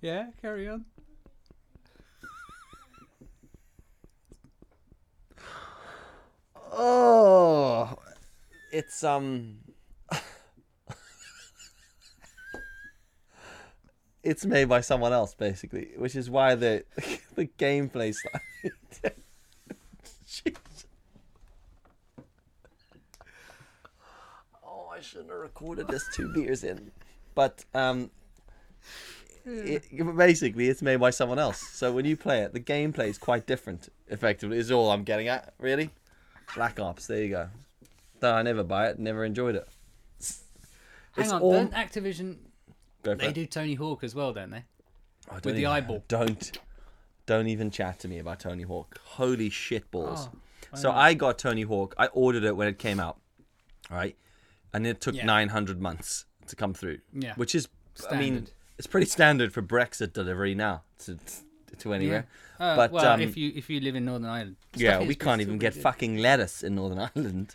[SPEAKER 2] Yeah, carry on.
[SPEAKER 1] Oh, it's um, it's made by someone else basically, which is why the the gameplay slightly. Jeez. oh, I shouldn't have recorded this two beers in, but um.
[SPEAKER 2] Hmm.
[SPEAKER 1] It, basically, it's made by someone else. So when you play it, the gameplay is quite different. Effectively, is all I'm getting at. Really. Black Ops. There you go. though I never buy it, never enjoyed it.
[SPEAKER 2] Hang
[SPEAKER 1] It's
[SPEAKER 2] on,
[SPEAKER 1] all-
[SPEAKER 2] don't Activision
[SPEAKER 1] Go for
[SPEAKER 2] they
[SPEAKER 1] it.
[SPEAKER 2] do Tony Hawk as well, don't they?
[SPEAKER 1] Oh, don't
[SPEAKER 2] with the
[SPEAKER 1] even-
[SPEAKER 2] eyeball.
[SPEAKER 1] Don't, don't even chat to me about Tony Hawk. Holy shit balls!
[SPEAKER 2] Oh,
[SPEAKER 1] so I got Tony Hawk. I ordered it when it came out, all right, and it took
[SPEAKER 2] Yeah.
[SPEAKER 1] 900 months to come through.
[SPEAKER 2] Yeah.
[SPEAKER 1] which is, I mean,
[SPEAKER 2] Standard.
[SPEAKER 1] it's pretty standard for Brexit delivery now to to anywhere.
[SPEAKER 2] Uh,
[SPEAKER 1] but
[SPEAKER 2] well,
[SPEAKER 1] um,
[SPEAKER 2] if you if you live in Northern Ireland,
[SPEAKER 1] yeah,
[SPEAKER 2] Stuff is
[SPEAKER 1] we can't
[SPEAKER 2] still
[SPEAKER 1] even get
[SPEAKER 2] pretty good.
[SPEAKER 1] fucking lettuce in Northern Ireland.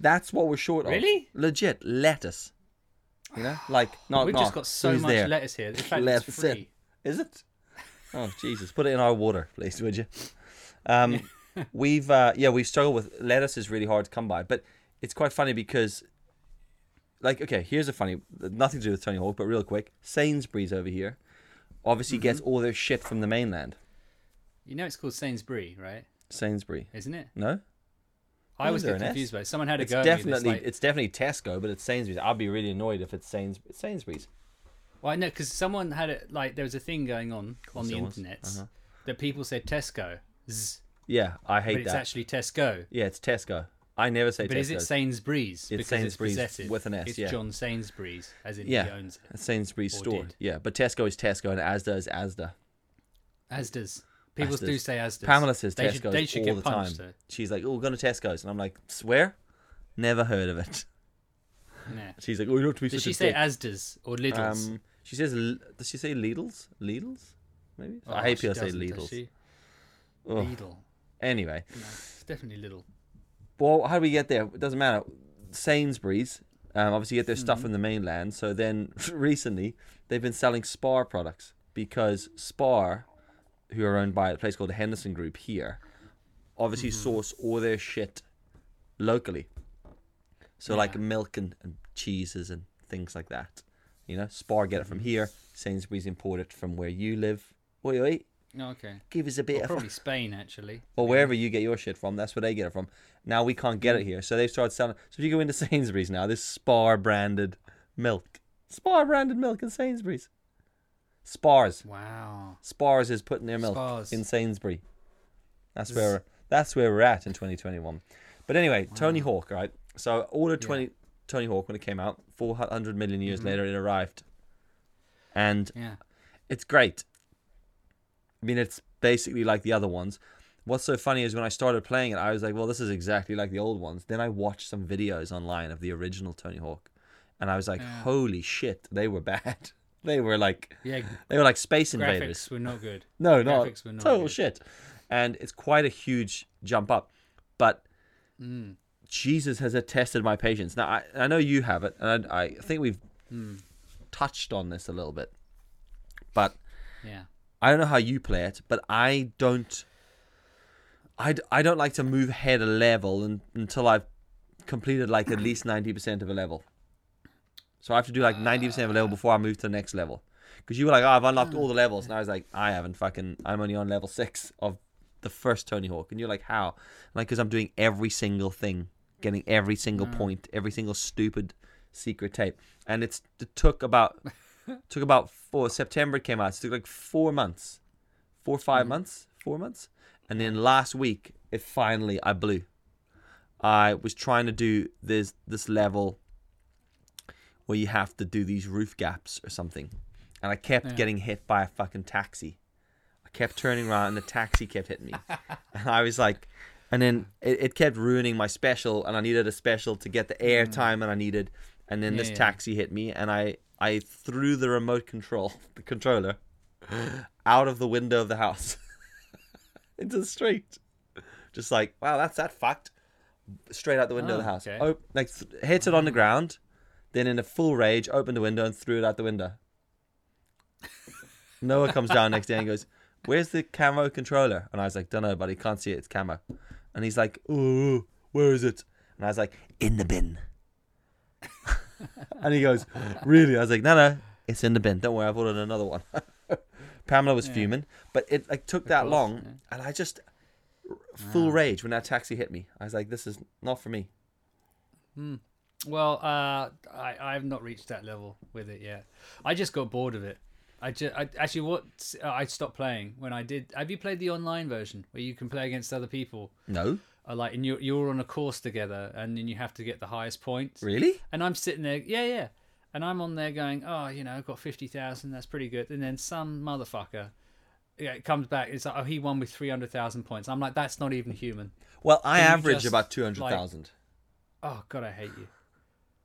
[SPEAKER 1] That's what we're short of.
[SPEAKER 2] Really?
[SPEAKER 1] Legit lettuce. You know, like not.
[SPEAKER 2] We've
[SPEAKER 1] not
[SPEAKER 2] just got so
[SPEAKER 1] who's
[SPEAKER 2] much
[SPEAKER 1] there.
[SPEAKER 2] lettuce here. In fact, it's
[SPEAKER 1] Lettuce.
[SPEAKER 2] free.
[SPEAKER 1] Is it? Oh Jesus! Put it in our water, please, would you? Um, we've uh, yeah, we've struggled with lettuce is really hard to come by, but it's quite funny because, like, okay, here's a funny nothing to do with Tony Hawk, but real quick, Sainsbury's over here, obviously gets
[SPEAKER 2] Mm-hmm.
[SPEAKER 1] all their shit from the mainland.
[SPEAKER 2] You know it's called Sainsbury, right?
[SPEAKER 1] Sainsbury,
[SPEAKER 2] Isn't it?
[SPEAKER 1] no,
[SPEAKER 2] I always
[SPEAKER 1] there
[SPEAKER 2] get
[SPEAKER 1] an S?
[SPEAKER 2] confused by it. Someone had a
[SPEAKER 1] it's
[SPEAKER 2] go.
[SPEAKER 1] definitely
[SPEAKER 2] At me, that's
[SPEAKER 1] it's definitely Tesco, but it's Sainsbury's. I'd be really annoyed if it's Sains- Sainsbury's.
[SPEAKER 2] like, well, I know because someone had it. Like there was a thing going on on the
[SPEAKER 1] there was.
[SPEAKER 2] internet that people said Tesco, zzz,
[SPEAKER 1] Yeah, I
[SPEAKER 2] but
[SPEAKER 1] hate
[SPEAKER 2] it's
[SPEAKER 1] that.
[SPEAKER 2] actually Tesco.
[SPEAKER 1] yeah, it's Tesco. I never say
[SPEAKER 2] But
[SPEAKER 1] Tesco.
[SPEAKER 2] is it Sainsbury's? because
[SPEAKER 1] Sainsbury's
[SPEAKER 2] it's possessive.
[SPEAKER 1] with an S,
[SPEAKER 2] It's
[SPEAKER 1] yeah.
[SPEAKER 2] John Sainsbury's, as in
[SPEAKER 1] Yeah,
[SPEAKER 2] he owns it.
[SPEAKER 1] a Sainsbury's
[SPEAKER 2] Or
[SPEAKER 1] store.
[SPEAKER 2] did.
[SPEAKER 1] Yeah, but Tesco is Tesco and Asda is Asda.
[SPEAKER 2] As does people do
[SPEAKER 1] Asda's.
[SPEAKER 2] say as does.
[SPEAKER 1] Pamela says
[SPEAKER 2] They
[SPEAKER 1] Tesco's
[SPEAKER 2] should- they should
[SPEAKER 1] all
[SPEAKER 2] get
[SPEAKER 1] the time.
[SPEAKER 2] punched, though.
[SPEAKER 1] She's like, "Oh, we're going to Tesco's," and I'm like, "Swear, never heard of it."
[SPEAKER 2] Nah.
[SPEAKER 1] She's like, "Oh, you don't have to be
[SPEAKER 2] Does
[SPEAKER 1] such
[SPEAKER 2] she
[SPEAKER 1] a
[SPEAKER 2] say
[SPEAKER 1] dick."
[SPEAKER 2] as does or Lidl's?
[SPEAKER 1] um, she says, L- "Does she say Lidl's? Lidl's? Maybe."
[SPEAKER 2] Oh,
[SPEAKER 1] I hate
[SPEAKER 2] she
[SPEAKER 1] people say
[SPEAKER 2] doesn't, does
[SPEAKER 1] Lidl's.
[SPEAKER 2] she?
[SPEAKER 1] Ugh.
[SPEAKER 2] Lidl.
[SPEAKER 1] Anyway,
[SPEAKER 2] No, it's definitely Lidl.
[SPEAKER 1] well, how do we get there? It doesn't matter. Sainsbury's um, obviously get their stuff
[SPEAKER 2] Mm-hmm.
[SPEAKER 1] from the mainland. So then recently they've been selling Spar products because Spar, who are owned by a place called the Henderson Group here, obviously
[SPEAKER 2] Mm-hmm.
[SPEAKER 1] source all their shit locally. So like
[SPEAKER 2] Yeah.
[SPEAKER 1] milk and, and cheeses and things like that. You know, Spar get it from here. Sainsbury's import it from where you live. Oi, oi,
[SPEAKER 2] Oh, okay.
[SPEAKER 1] give us a bit
[SPEAKER 2] Or
[SPEAKER 1] of
[SPEAKER 2] probably Spain, actually.
[SPEAKER 1] or wherever you get your shit from, that's where they get it from. Now we can't get it here, so they've started selling. So if you go into Sainsbury's now, this Spar branded milk, Spar branded milk in Sainsbury's, Spars,
[SPEAKER 2] Wow.
[SPEAKER 1] Spars is putting their milk
[SPEAKER 2] Spars.
[SPEAKER 1] in Sainsbury. That's where that's where we're at in 2021. But anyway, Tony Hawk, right? So I ordered 20 Tony Hawk when it came out. 400 million years later, it arrived, and
[SPEAKER 2] Yeah.
[SPEAKER 1] it's great. I mean, it's basically like the other ones. What's so funny is when I started playing it, I was like, well, this is exactly like the old ones. Then I watched some videos online of the original Tony Hawk, and I was like, holy shit, they were bad. they were like,
[SPEAKER 2] Yeah.
[SPEAKER 1] they were like Space
[SPEAKER 2] Graphics
[SPEAKER 1] Invaders.
[SPEAKER 2] were not good.
[SPEAKER 1] No, not,
[SPEAKER 2] graphics were not
[SPEAKER 1] total
[SPEAKER 2] good.
[SPEAKER 1] shit. And it's quite a huge jump up, but
[SPEAKER 2] Mm.
[SPEAKER 1] Jesus has it tested my patience. Now I, I know you have it, and I, I think we've
[SPEAKER 2] Mm.
[SPEAKER 1] touched on this a little bit, but
[SPEAKER 2] Yeah.
[SPEAKER 1] I don't know how you play it, but I don't. I, d- I don't like to move ahead a level un until I've completed like at least ninety percent of a level. So I have to do like ninety percent of a level before I move to the next level. Because you were like, oh, I've unlocked all the levels, and I was like, I haven't fucking. I'm only on level six of the first Tony Hawk, and you're like, how? I'm like, because I'm doing every single thing, getting every single point, every single stupid secret tape, and it's it took about took about four September it came out. So it took like four months, four five months, four months, and then last week it finally I blew. I was trying to do this this level where you have to do these roof gaps or something, and I kept getting hit by a fucking taxi. I kept turning around and the taxi kept hitting me, and I was like, and then it, it kept ruining my special, and I needed a special to get the air time that I needed, and then this
[SPEAKER 2] Mm. Yeah, yeah.
[SPEAKER 1] taxi hit me, and I I threw the remote control the controller out of the window of the house into the street, just like wow that's that fucked straight out the window of the
[SPEAKER 2] Oh,
[SPEAKER 1] house.
[SPEAKER 2] okay. Mm.
[SPEAKER 1] Oh, like th- hit it on the ground, then in a full rage, opened the window and threw it out the window. Noah comes down next day and goes, "Where's the camo controller?" And I was like, "Don't know, buddy. Can't see it. It's camo." And he's like, "Oh, where is it?" And I was like, "In the bin." and he goes, "Really?" I was like, "No, no, it's in the bin. Don't worry. I've ordered another one." Pamela was fuming, but it like took that
[SPEAKER 2] course,
[SPEAKER 1] long,
[SPEAKER 2] yeah. Ah.
[SPEAKER 1] and I just full rage when that taxi hit me. I was like, "This is not for me."
[SPEAKER 2] Well, uh, I I've not reached that level with it yet. I just got bored of it. I just I, actually what uh, I stopped playing when I did. Have you played the online version where you can play against other people?
[SPEAKER 1] No.
[SPEAKER 2] are like, and you're you're on a course together, and then you have to get the highest points.
[SPEAKER 1] Really?
[SPEAKER 2] And I'm sitting there, yeah, yeah. And I'm on there going, oh, you know, I've got 50,000, that's pretty good. And then some motherfucker yeah, it comes back, it's like, oh, he won with 300,000 points. I'm like, that's not even human.
[SPEAKER 1] Well, I
[SPEAKER 2] Can you
[SPEAKER 1] average
[SPEAKER 2] just,
[SPEAKER 1] about 200,000.
[SPEAKER 2] Oh, God, I hate you.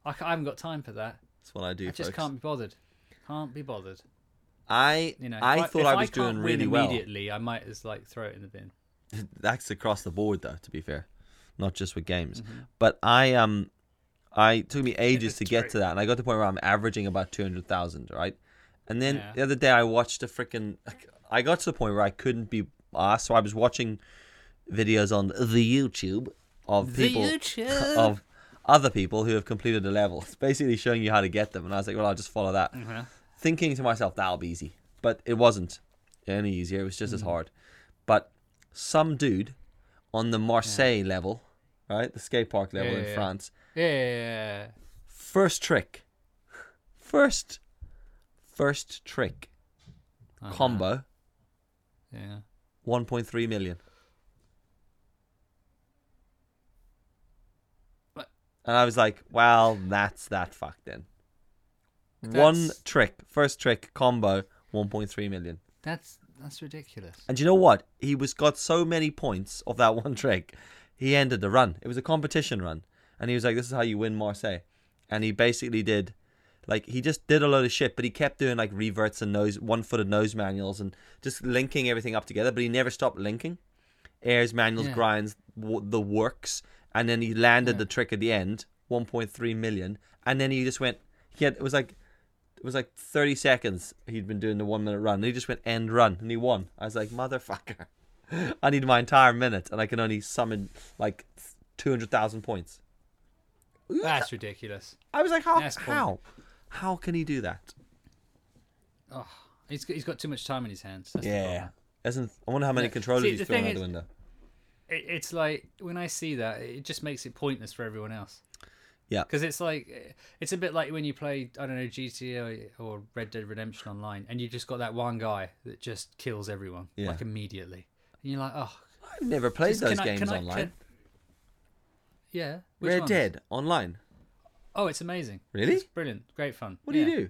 [SPEAKER 2] I, ca- I haven't got time for that.
[SPEAKER 1] That's what I do,
[SPEAKER 2] I just
[SPEAKER 1] folks.
[SPEAKER 2] can't be bothered. Can't be bothered.
[SPEAKER 1] I
[SPEAKER 2] You know,
[SPEAKER 1] I
[SPEAKER 2] if
[SPEAKER 1] thought
[SPEAKER 2] if
[SPEAKER 1] I was
[SPEAKER 2] can't
[SPEAKER 1] doing
[SPEAKER 2] win
[SPEAKER 1] really well.
[SPEAKER 2] Immediately, I might just like throw it in the bin.
[SPEAKER 1] That's across the board though, to be fair. Not just with games.
[SPEAKER 2] Mm-hmm.
[SPEAKER 1] But I um I took me ages to get to that and I got to the point where I'm averaging about 200,000, right? And then
[SPEAKER 2] Yeah.
[SPEAKER 1] the other day I watched a freaking I got to the point where I couldn't be asked, so I was watching videos on the YouTube of
[SPEAKER 2] The
[SPEAKER 1] people
[SPEAKER 2] YouTube.
[SPEAKER 1] of other people who have completed a level. It's basically showing you how to get them and I was like, well, I'll just follow that
[SPEAKER 2] Mhm.
[SPEAKER 1] thinking to myself that'll be easy but it wasn't any easier it was
[SPEAKER 2] Mm.
[SPEAKER 1] just as hard but some dude on the marseille level right the skate park level
[SPEAKER 2] Yeah,
[SPEAKER 1] in
[SPEAKER 2] yeah, yeah.
[SPEAKER 1] france
[SPEAKER 2] Yeah.
[SPEAKER 1] first trick first first trick
[SPEAKER 2] Uh-huh.
[SPEAKER 1] combo
[SPEAKER 2] Yeah.
[SPEAKER 1] 1.3 million
[SPEAKER 2] What?
[SPEAKER 1] and i was like well that's that fuck then one
[SPEAKER 2] That's-
[SPEAKER 1] trick first trick combo 1.3 million
[SPEAKER 2] That's that's ridiculous.
[SPEAKER 1] And you know what? He was got so many points of that one trick. He ended the run. It was a competition run, and he was like, "This is how you win Marseille." And he basically did, like, he just did a load of shit, but he kept doing like reverts and nose, one-footed nose manuals, and just linking everything up together. But he never stopped linking airs, manuals,
[SPEAKER 2] Yeah.
[SPEAKER 1] grinds, w- the works, and then he landed the trick at the end, 1.3 million, and then he just went. He had it was like it was like 30 seconds he'd been doing the one minute run and he just went end run and he won i was like motherfucker i need my entire minute and i can only summon like 200000 points
[SPEAKER 2] That's ridiculous.
[SPEAKER 1] i was like how
[SPEAKER 2] That's cool.
[SPEAKER 1] how how can he do that
[SPEAKER 2] Oh, he's got, he's got too much time in his hands. That's the problem.
[SPEAKER 1] isn't i wonder how many
[SPEAKER 2] Yeah.
[SPEAKER 1] controllers
[SPEAKER 2] See,
[SPEAKER 1] he's
[SPEAKER 2] the
[SPEAKER 1] throwing
[SPEAKER 2] thing
[SPEAKER 1] out the
[SPEAKER 2] is-
[SPEAKER 1] window
[SPEAKER 2] It, it's like when I see that, it just makes it pointless for everyone else.
[SPEAKER 1] Yeah.
[SPEAKER 2] Because it's like it's a bit like when you play I don't know GTA or Red Dead Redemption online, and you just got that one guy that just kills everyone
[SPEAKER 1] Yeah.
[SPEAKER 2] like immediately, and you're like, oh,
[SPEAKER 1] i've never played
[SPEAKER 2] just-
[SPEAKER 1] those
[SPEAKER 2] can I-
[SPEAKER 1] games
[SPEAKER 2] can I-
[SPEAKER 1] online
[SPEAKER 2] can- Yeah, which
[SPEAKER 1] Red
[SPEAKER 2] ones?
[SPEAKER 1] dead online
[SPEAKER 2] Oh, it's amazing.
[SPEAKER 1] Really?
[SPEAKER 2] It's brilliant. Great fun.
[SPEAKER 1] what do you do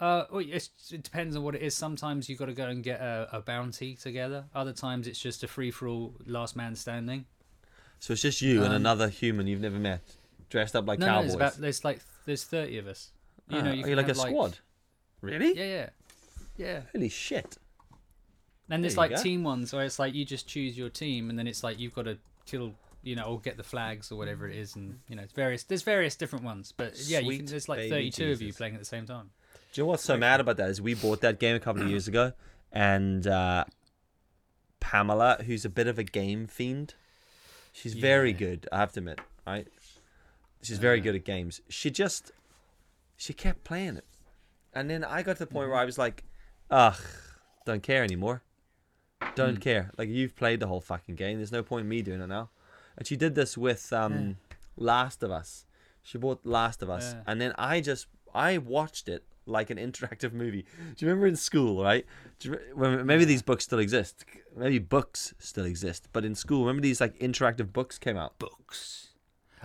[SPEAKER 2] Uh, well, it's, it depends on what it is. Sometimes you got to go and get a, a bounty together. Other times it's just a free for all, last man standing.
[SPEAKER 1] so it's just you and another human you've never met dressed up like
[SPEAKER 2] Um, No, no,
[SPEAKER 1] cowboys
[SPEAKER 2] there's about there's like there's thirty of us. You know,
[SPEAKER 1] Ah,
[SPEAKER 2] you
[SPEAKER 1] are
[SPEAKER 2] can
[SPEAKER 1] you like a
[SPEAKER 2] have,
[SPEAKER 1] squad really
[SPEAKER 2] Yeah, yeah, yeah.
[SPEAKER 1] holy shit
[SPEAKER 2] And there's
[SPEAKER 1] There you
[SPEAKER 2] like
[SPEAKER 1] go.
[SPEAKER 2] team ones where it's like you just choose your team, and then it's like you've got to kill, you know, or get the flags or whatever it is, and you know, it's various. There's various different ones, but yeah, you can,
[SPEAKER 1] Sweet
[SPEAKER 2] there's like
[SPEAKER 1] baby
[SPEAKER 2] thirty-two of you
[SPEAKER 1] Jesus.
[SPEAKER 2] playing at the same time.
[SPEAKER 1] Do you know what's so mad about that is we bought that game a couple of years ago, and uh, Pamela, who's a bit of a game fiend, she's very
[SPEAKER 2] Yeah.
[SPEAKER 1] good. I have to admit, right? She's very good at games. She just, she kept playing it, and then I got to the point where I was like, ugh, don't care anymore. Don't care. Like you've played the whole fucking game. There's no point in me doing it now. And she did this with um, Last of Us. She bought Last of Us,
[SPEAKER 2] Yeah.
[SPEAKER 1] and then I just I watched it like an interactive movie. Do you remember in school, right? Do you, re- when, maybe these books still exist. Maybe books still exist, but in school, remember these like interactive books came out.
[SPEAKER 2] Books.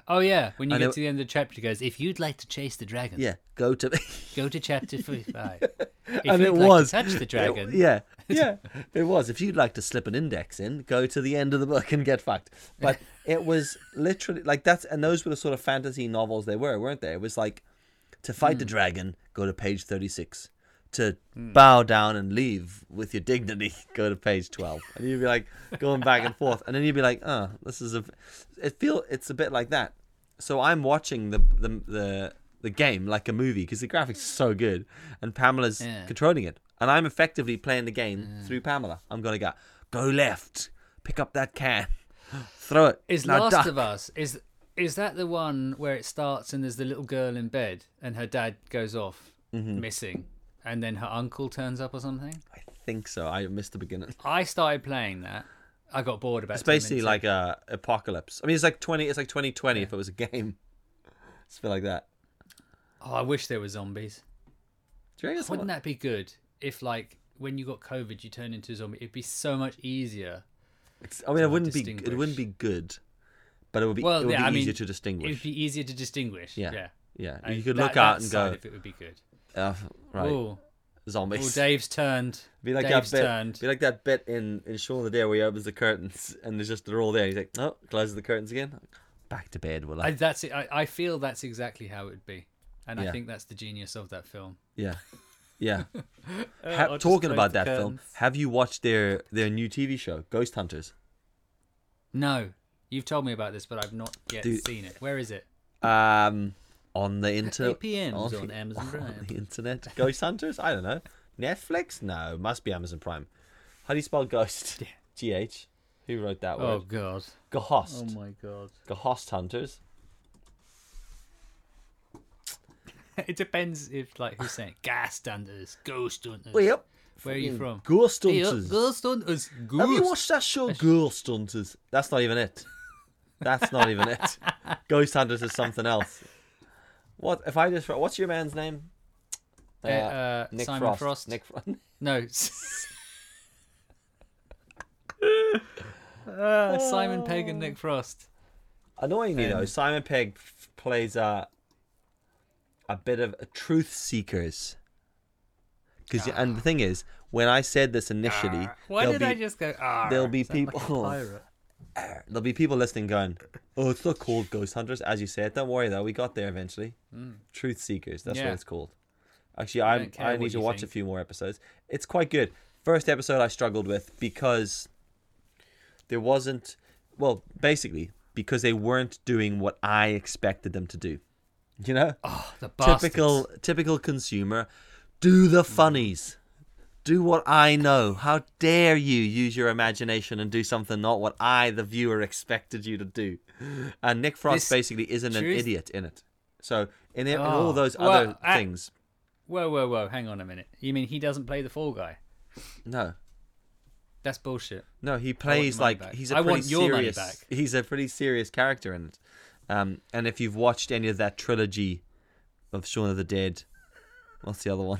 [SPEAKER 2] Oh yeah, when you
[SPEAKER 1] And
[SPEAKER 2] get
[SPEAKER 1] it-
[SPEAKER 2] to the end of the chapter, it goes, "If you'd like to chase the dragon,
[SPEAKER 1] Yeah, go to.
[SPEAKER 2] go to chapter forty-five. If
[SPEAKER 1] and
[SPEAKER 2] you'd
[SPEAKER 1] it
[SPEAKER 2] like
[SPEAKER 1] was
[SPEAKER 2] to touch the
[SPEAKER 1] it-
[SPEAKER 2] dragon,
[SPEAKER 1] yeah, yeah, it was. If you'd like to slip an index in, go to the end of the book and get fucked. But it was literally like that's and those were the sort of fantasy novels they were, weren't they? It was like to fight
[SPEAKER 2] Hmm.
[SPEAKER 1] the dragon, go to page thirty-six. To bow down and leave with your dignity, go to page twelve, and you'd be like going back and forth, and then you'd be like, "Oh, this is a." It feel it's a bit like that. So I'm watching the the the, the game like a movie because the graphics are so good, and Pamela's
[SPEAKER 2] Yeah.
[SPEAKER 1] controlling it, and I'm effectively playing the game through Pamela. I'm gonna go go left, pick up that can, throw it.
[SPEAKER 2] Is
[SPEAKER 1] now
[SPEAKER 2] Last
[SPEAKER 1] duck."
[SPEAKER 2] of Us is is that the one where it starts and there's the little girl in bed and her dad goes off
[SPEAKER 1] Mm-hmm.
[SPEAKER 2] missing and then her uncle turns up or something?
[SPEAKER 1] I think so. I missed the beginning.
[SPEAKER 2] I started playing that. I got bored about.
[SPEAKER 1] It's basically like a apocalypse. I mean, it's like twenty. It's like twenty twenty if it was a game. It's a bit like that.
[SPEAKER 2] oh, I wish there were zombies.
[SPEAKER 1] Do you reckon someone-
[SPEAKER 2] Wouldn't that be good if like when you got COVID you turned into a zombie? It'd be so much easier
[SPEAKER 1] It's- I mean, it wouldn't be it
[SPEAKER 2] distinguish.
[SPEAKER 1] wouldn't be good, but it would be
[SPEAKER 2] Well,
[SPEAKER 1] it would
[SPEAKER 2] yeah,
[SPEAKER 1] be
[SPEAKER 2] I mean,
[SPEAKER 1] easier to
[SPEAKER 2] It
[SPEAKER 1] distinguish.
[SPEAKER 2] would be easier to distinguish.
[SPEAKER 1] Yeah.
[SPEAKER 2] Yeah.
[SPEAKER 1] yeah,
[SPEAKER 2] I-
[SPEAKER 1] you could
[SPEAKER 2] that-
[SPEAKER 1] look out
[SPEAKER 2] that
[SPEAKER 1] and
[SPEAKER 2] side
[SPEAKER 1] go,
[SPEAKER 2] of it would be good.
[SPEAKER 1] "Ugh, right,
[SPEAKER 2] Ooh, Ooh,
[SPEAKER 1] zombies.
[SPEAKER 2] Dave's turned.
[SPEAKER 1] Be like
[SPEAKER 2] Dave's
[SPEAKER 1] that bit.
[SPEAKER 2] turned.
[SPEAKER 1] Be like that bit in in Shaun of the Dead where he opens the curtains and there's just they're all there. He's like, oh, closes the curtains again. Back to bed, will I?
[SPEAKER 2] I, that's it. I, I feel that's exactly how it would be, and
[SPEAKER 1] Yeah.
[SPEAKER 2] I think that's the genius of that film.
[SPEAKER 1] Yeah, yeah.
[SPEAKER 2] Uh,
[SPEAKER 1] Ha-
[SPEAKER 2] I'll just
[SPEAKER 1] talking
[SPEAKER 2] close
[SPEAKER 1] about
[SPEAKER 2] the
[SPEAKER 1] that film,
[SPEAKER 2] curtains.
[SPEAKER 1] have you watched their their new TV show, Ghost Hunters?
[SPEAKER 2] No, you've told me about this, but I've not yet
[SPEAKER 1] Dude.
[SPEAKER 2] seen it. Where is it?
[SPEAKER 1] Um, on the internet.
[SPEAKER 2] APMs on Amazon Prime.
[SPEAKER 1] the internet. Ghost Hunters? I don't know. Netflix? No, must be Amazon Prime. How do you spell ghost? G H. Who wrote that
[SPEAKER 2] Oh
[SPEAKER 1] word?
[SPEAKER 2] god. Oh,
[SPEAKER 1] Ghost.
[SPEAKER 2] my god.
[SPEAKER 1] Ghost Hunters.
[SPEAKER 2] it depends if like who's saying gas hunters, ghost hunters.
[SPEAKER 1] Yep.
[SPEAKER 2] Where are you
[SPEAKER 1] Fucking
[SPEAKER 2] from?
[SPEAKER 1] Ghost
[SPEAKER 2] Hey,
[SPEAKER 1] Hunters.
[SPEAKER 2] ghost hunters. Ghost.
[SPEAKER 1] Have you watched that show, Ghost Hunters? That's not even it. That's not even it. Ghost Hunters is something else. What if I just? wrote- What's your man's name?
[SPEAKER 2] Uh, uh, Simon Frost.
[SPEAKER 1] Nick Frost.
[SPEAKER 2] No. Uh, Simon Pegg and Nick Frost.
[SPEAKER 1] Annoyingly though, Simon Pegg f- plays a a bit of a truth seekers. Because and the thing is, when I said this initially,
[SPEAKER 2] Ah. Why
[SPEAKER 1] there'll
[SPEAKER 2] did
[SPEAKER 1] be,
[SPEAKER 2] I just go? "Arr,"
[SPEAKER 1] there'll be
[SPEAKER 2] sound like a
[SPEAKER 1] people-
[SPEAKER 2] pirate?
[SPEAKER 1] there'll be people listening going, "Oh, it's not called Ghost Hunters," as you said. Don't worry though, we got there eventually. Truth seekers, that's what
[SPEAKER 2] Hmm. Yeah.
[SPEAKER 1] it's called. Actually, I
[SPEAKER 2] don't care
[SPEAKER 1] I
[SPEAKER 2] what
[SPEAKER 1] need to
[SPEAKER 2] you
[SPEAKER 1] watch a
[SPEAKER 2] think.
[SPEAKER 1] few more episodes. It's quite good. First episode I struggled with because there wasn't well, basically because they weren't doing what I expected them to do. You know?
[SPEAKER 2] The
[SPEAKER 1] typical typical consumer do the
[SPEAKER 2] Hmm.
[SPEAKER 1] funnies do what i know how dare you use your imagination and do something not what i the viewer expected you to do and nick frost
[SPEAKER 2] This
[SPEAKER 1] basically isn't an
[SPEAKER 2] truth-
[SPEAKER 1] idiot in it so in, in all
[SPEAKER 2] Oh,
[SPEAKER 1] those
[SPEAKER 2] well,
[SPEAKER 1] other
[SPEAKER 2] I-
[SPEAKER 1] things
[SPEAKER 2] Whoa, whoa, whoa! Hang on a minute. You mean he doesn't play the fall guy?
[SPEAKER 1] no
[SPEAKER 2] That's bullshit.
[SPEAKER 1] no he plays
[SPEAKER 2] money
[SPEAKER 1] like
[SPEAKER 2] back.
[SPEAKER 1] he's a
[SPEAKER 2] I
[SPEAKER 1] pretty
[SPEAKER 2] want your money
[SPEAKER 1] serious
[SPEAKER 2] back.
[SPEAKER 1] he's a pretty serious character in it um, and if you've watched any of that trilogy of Shaun of the Dead what's the other one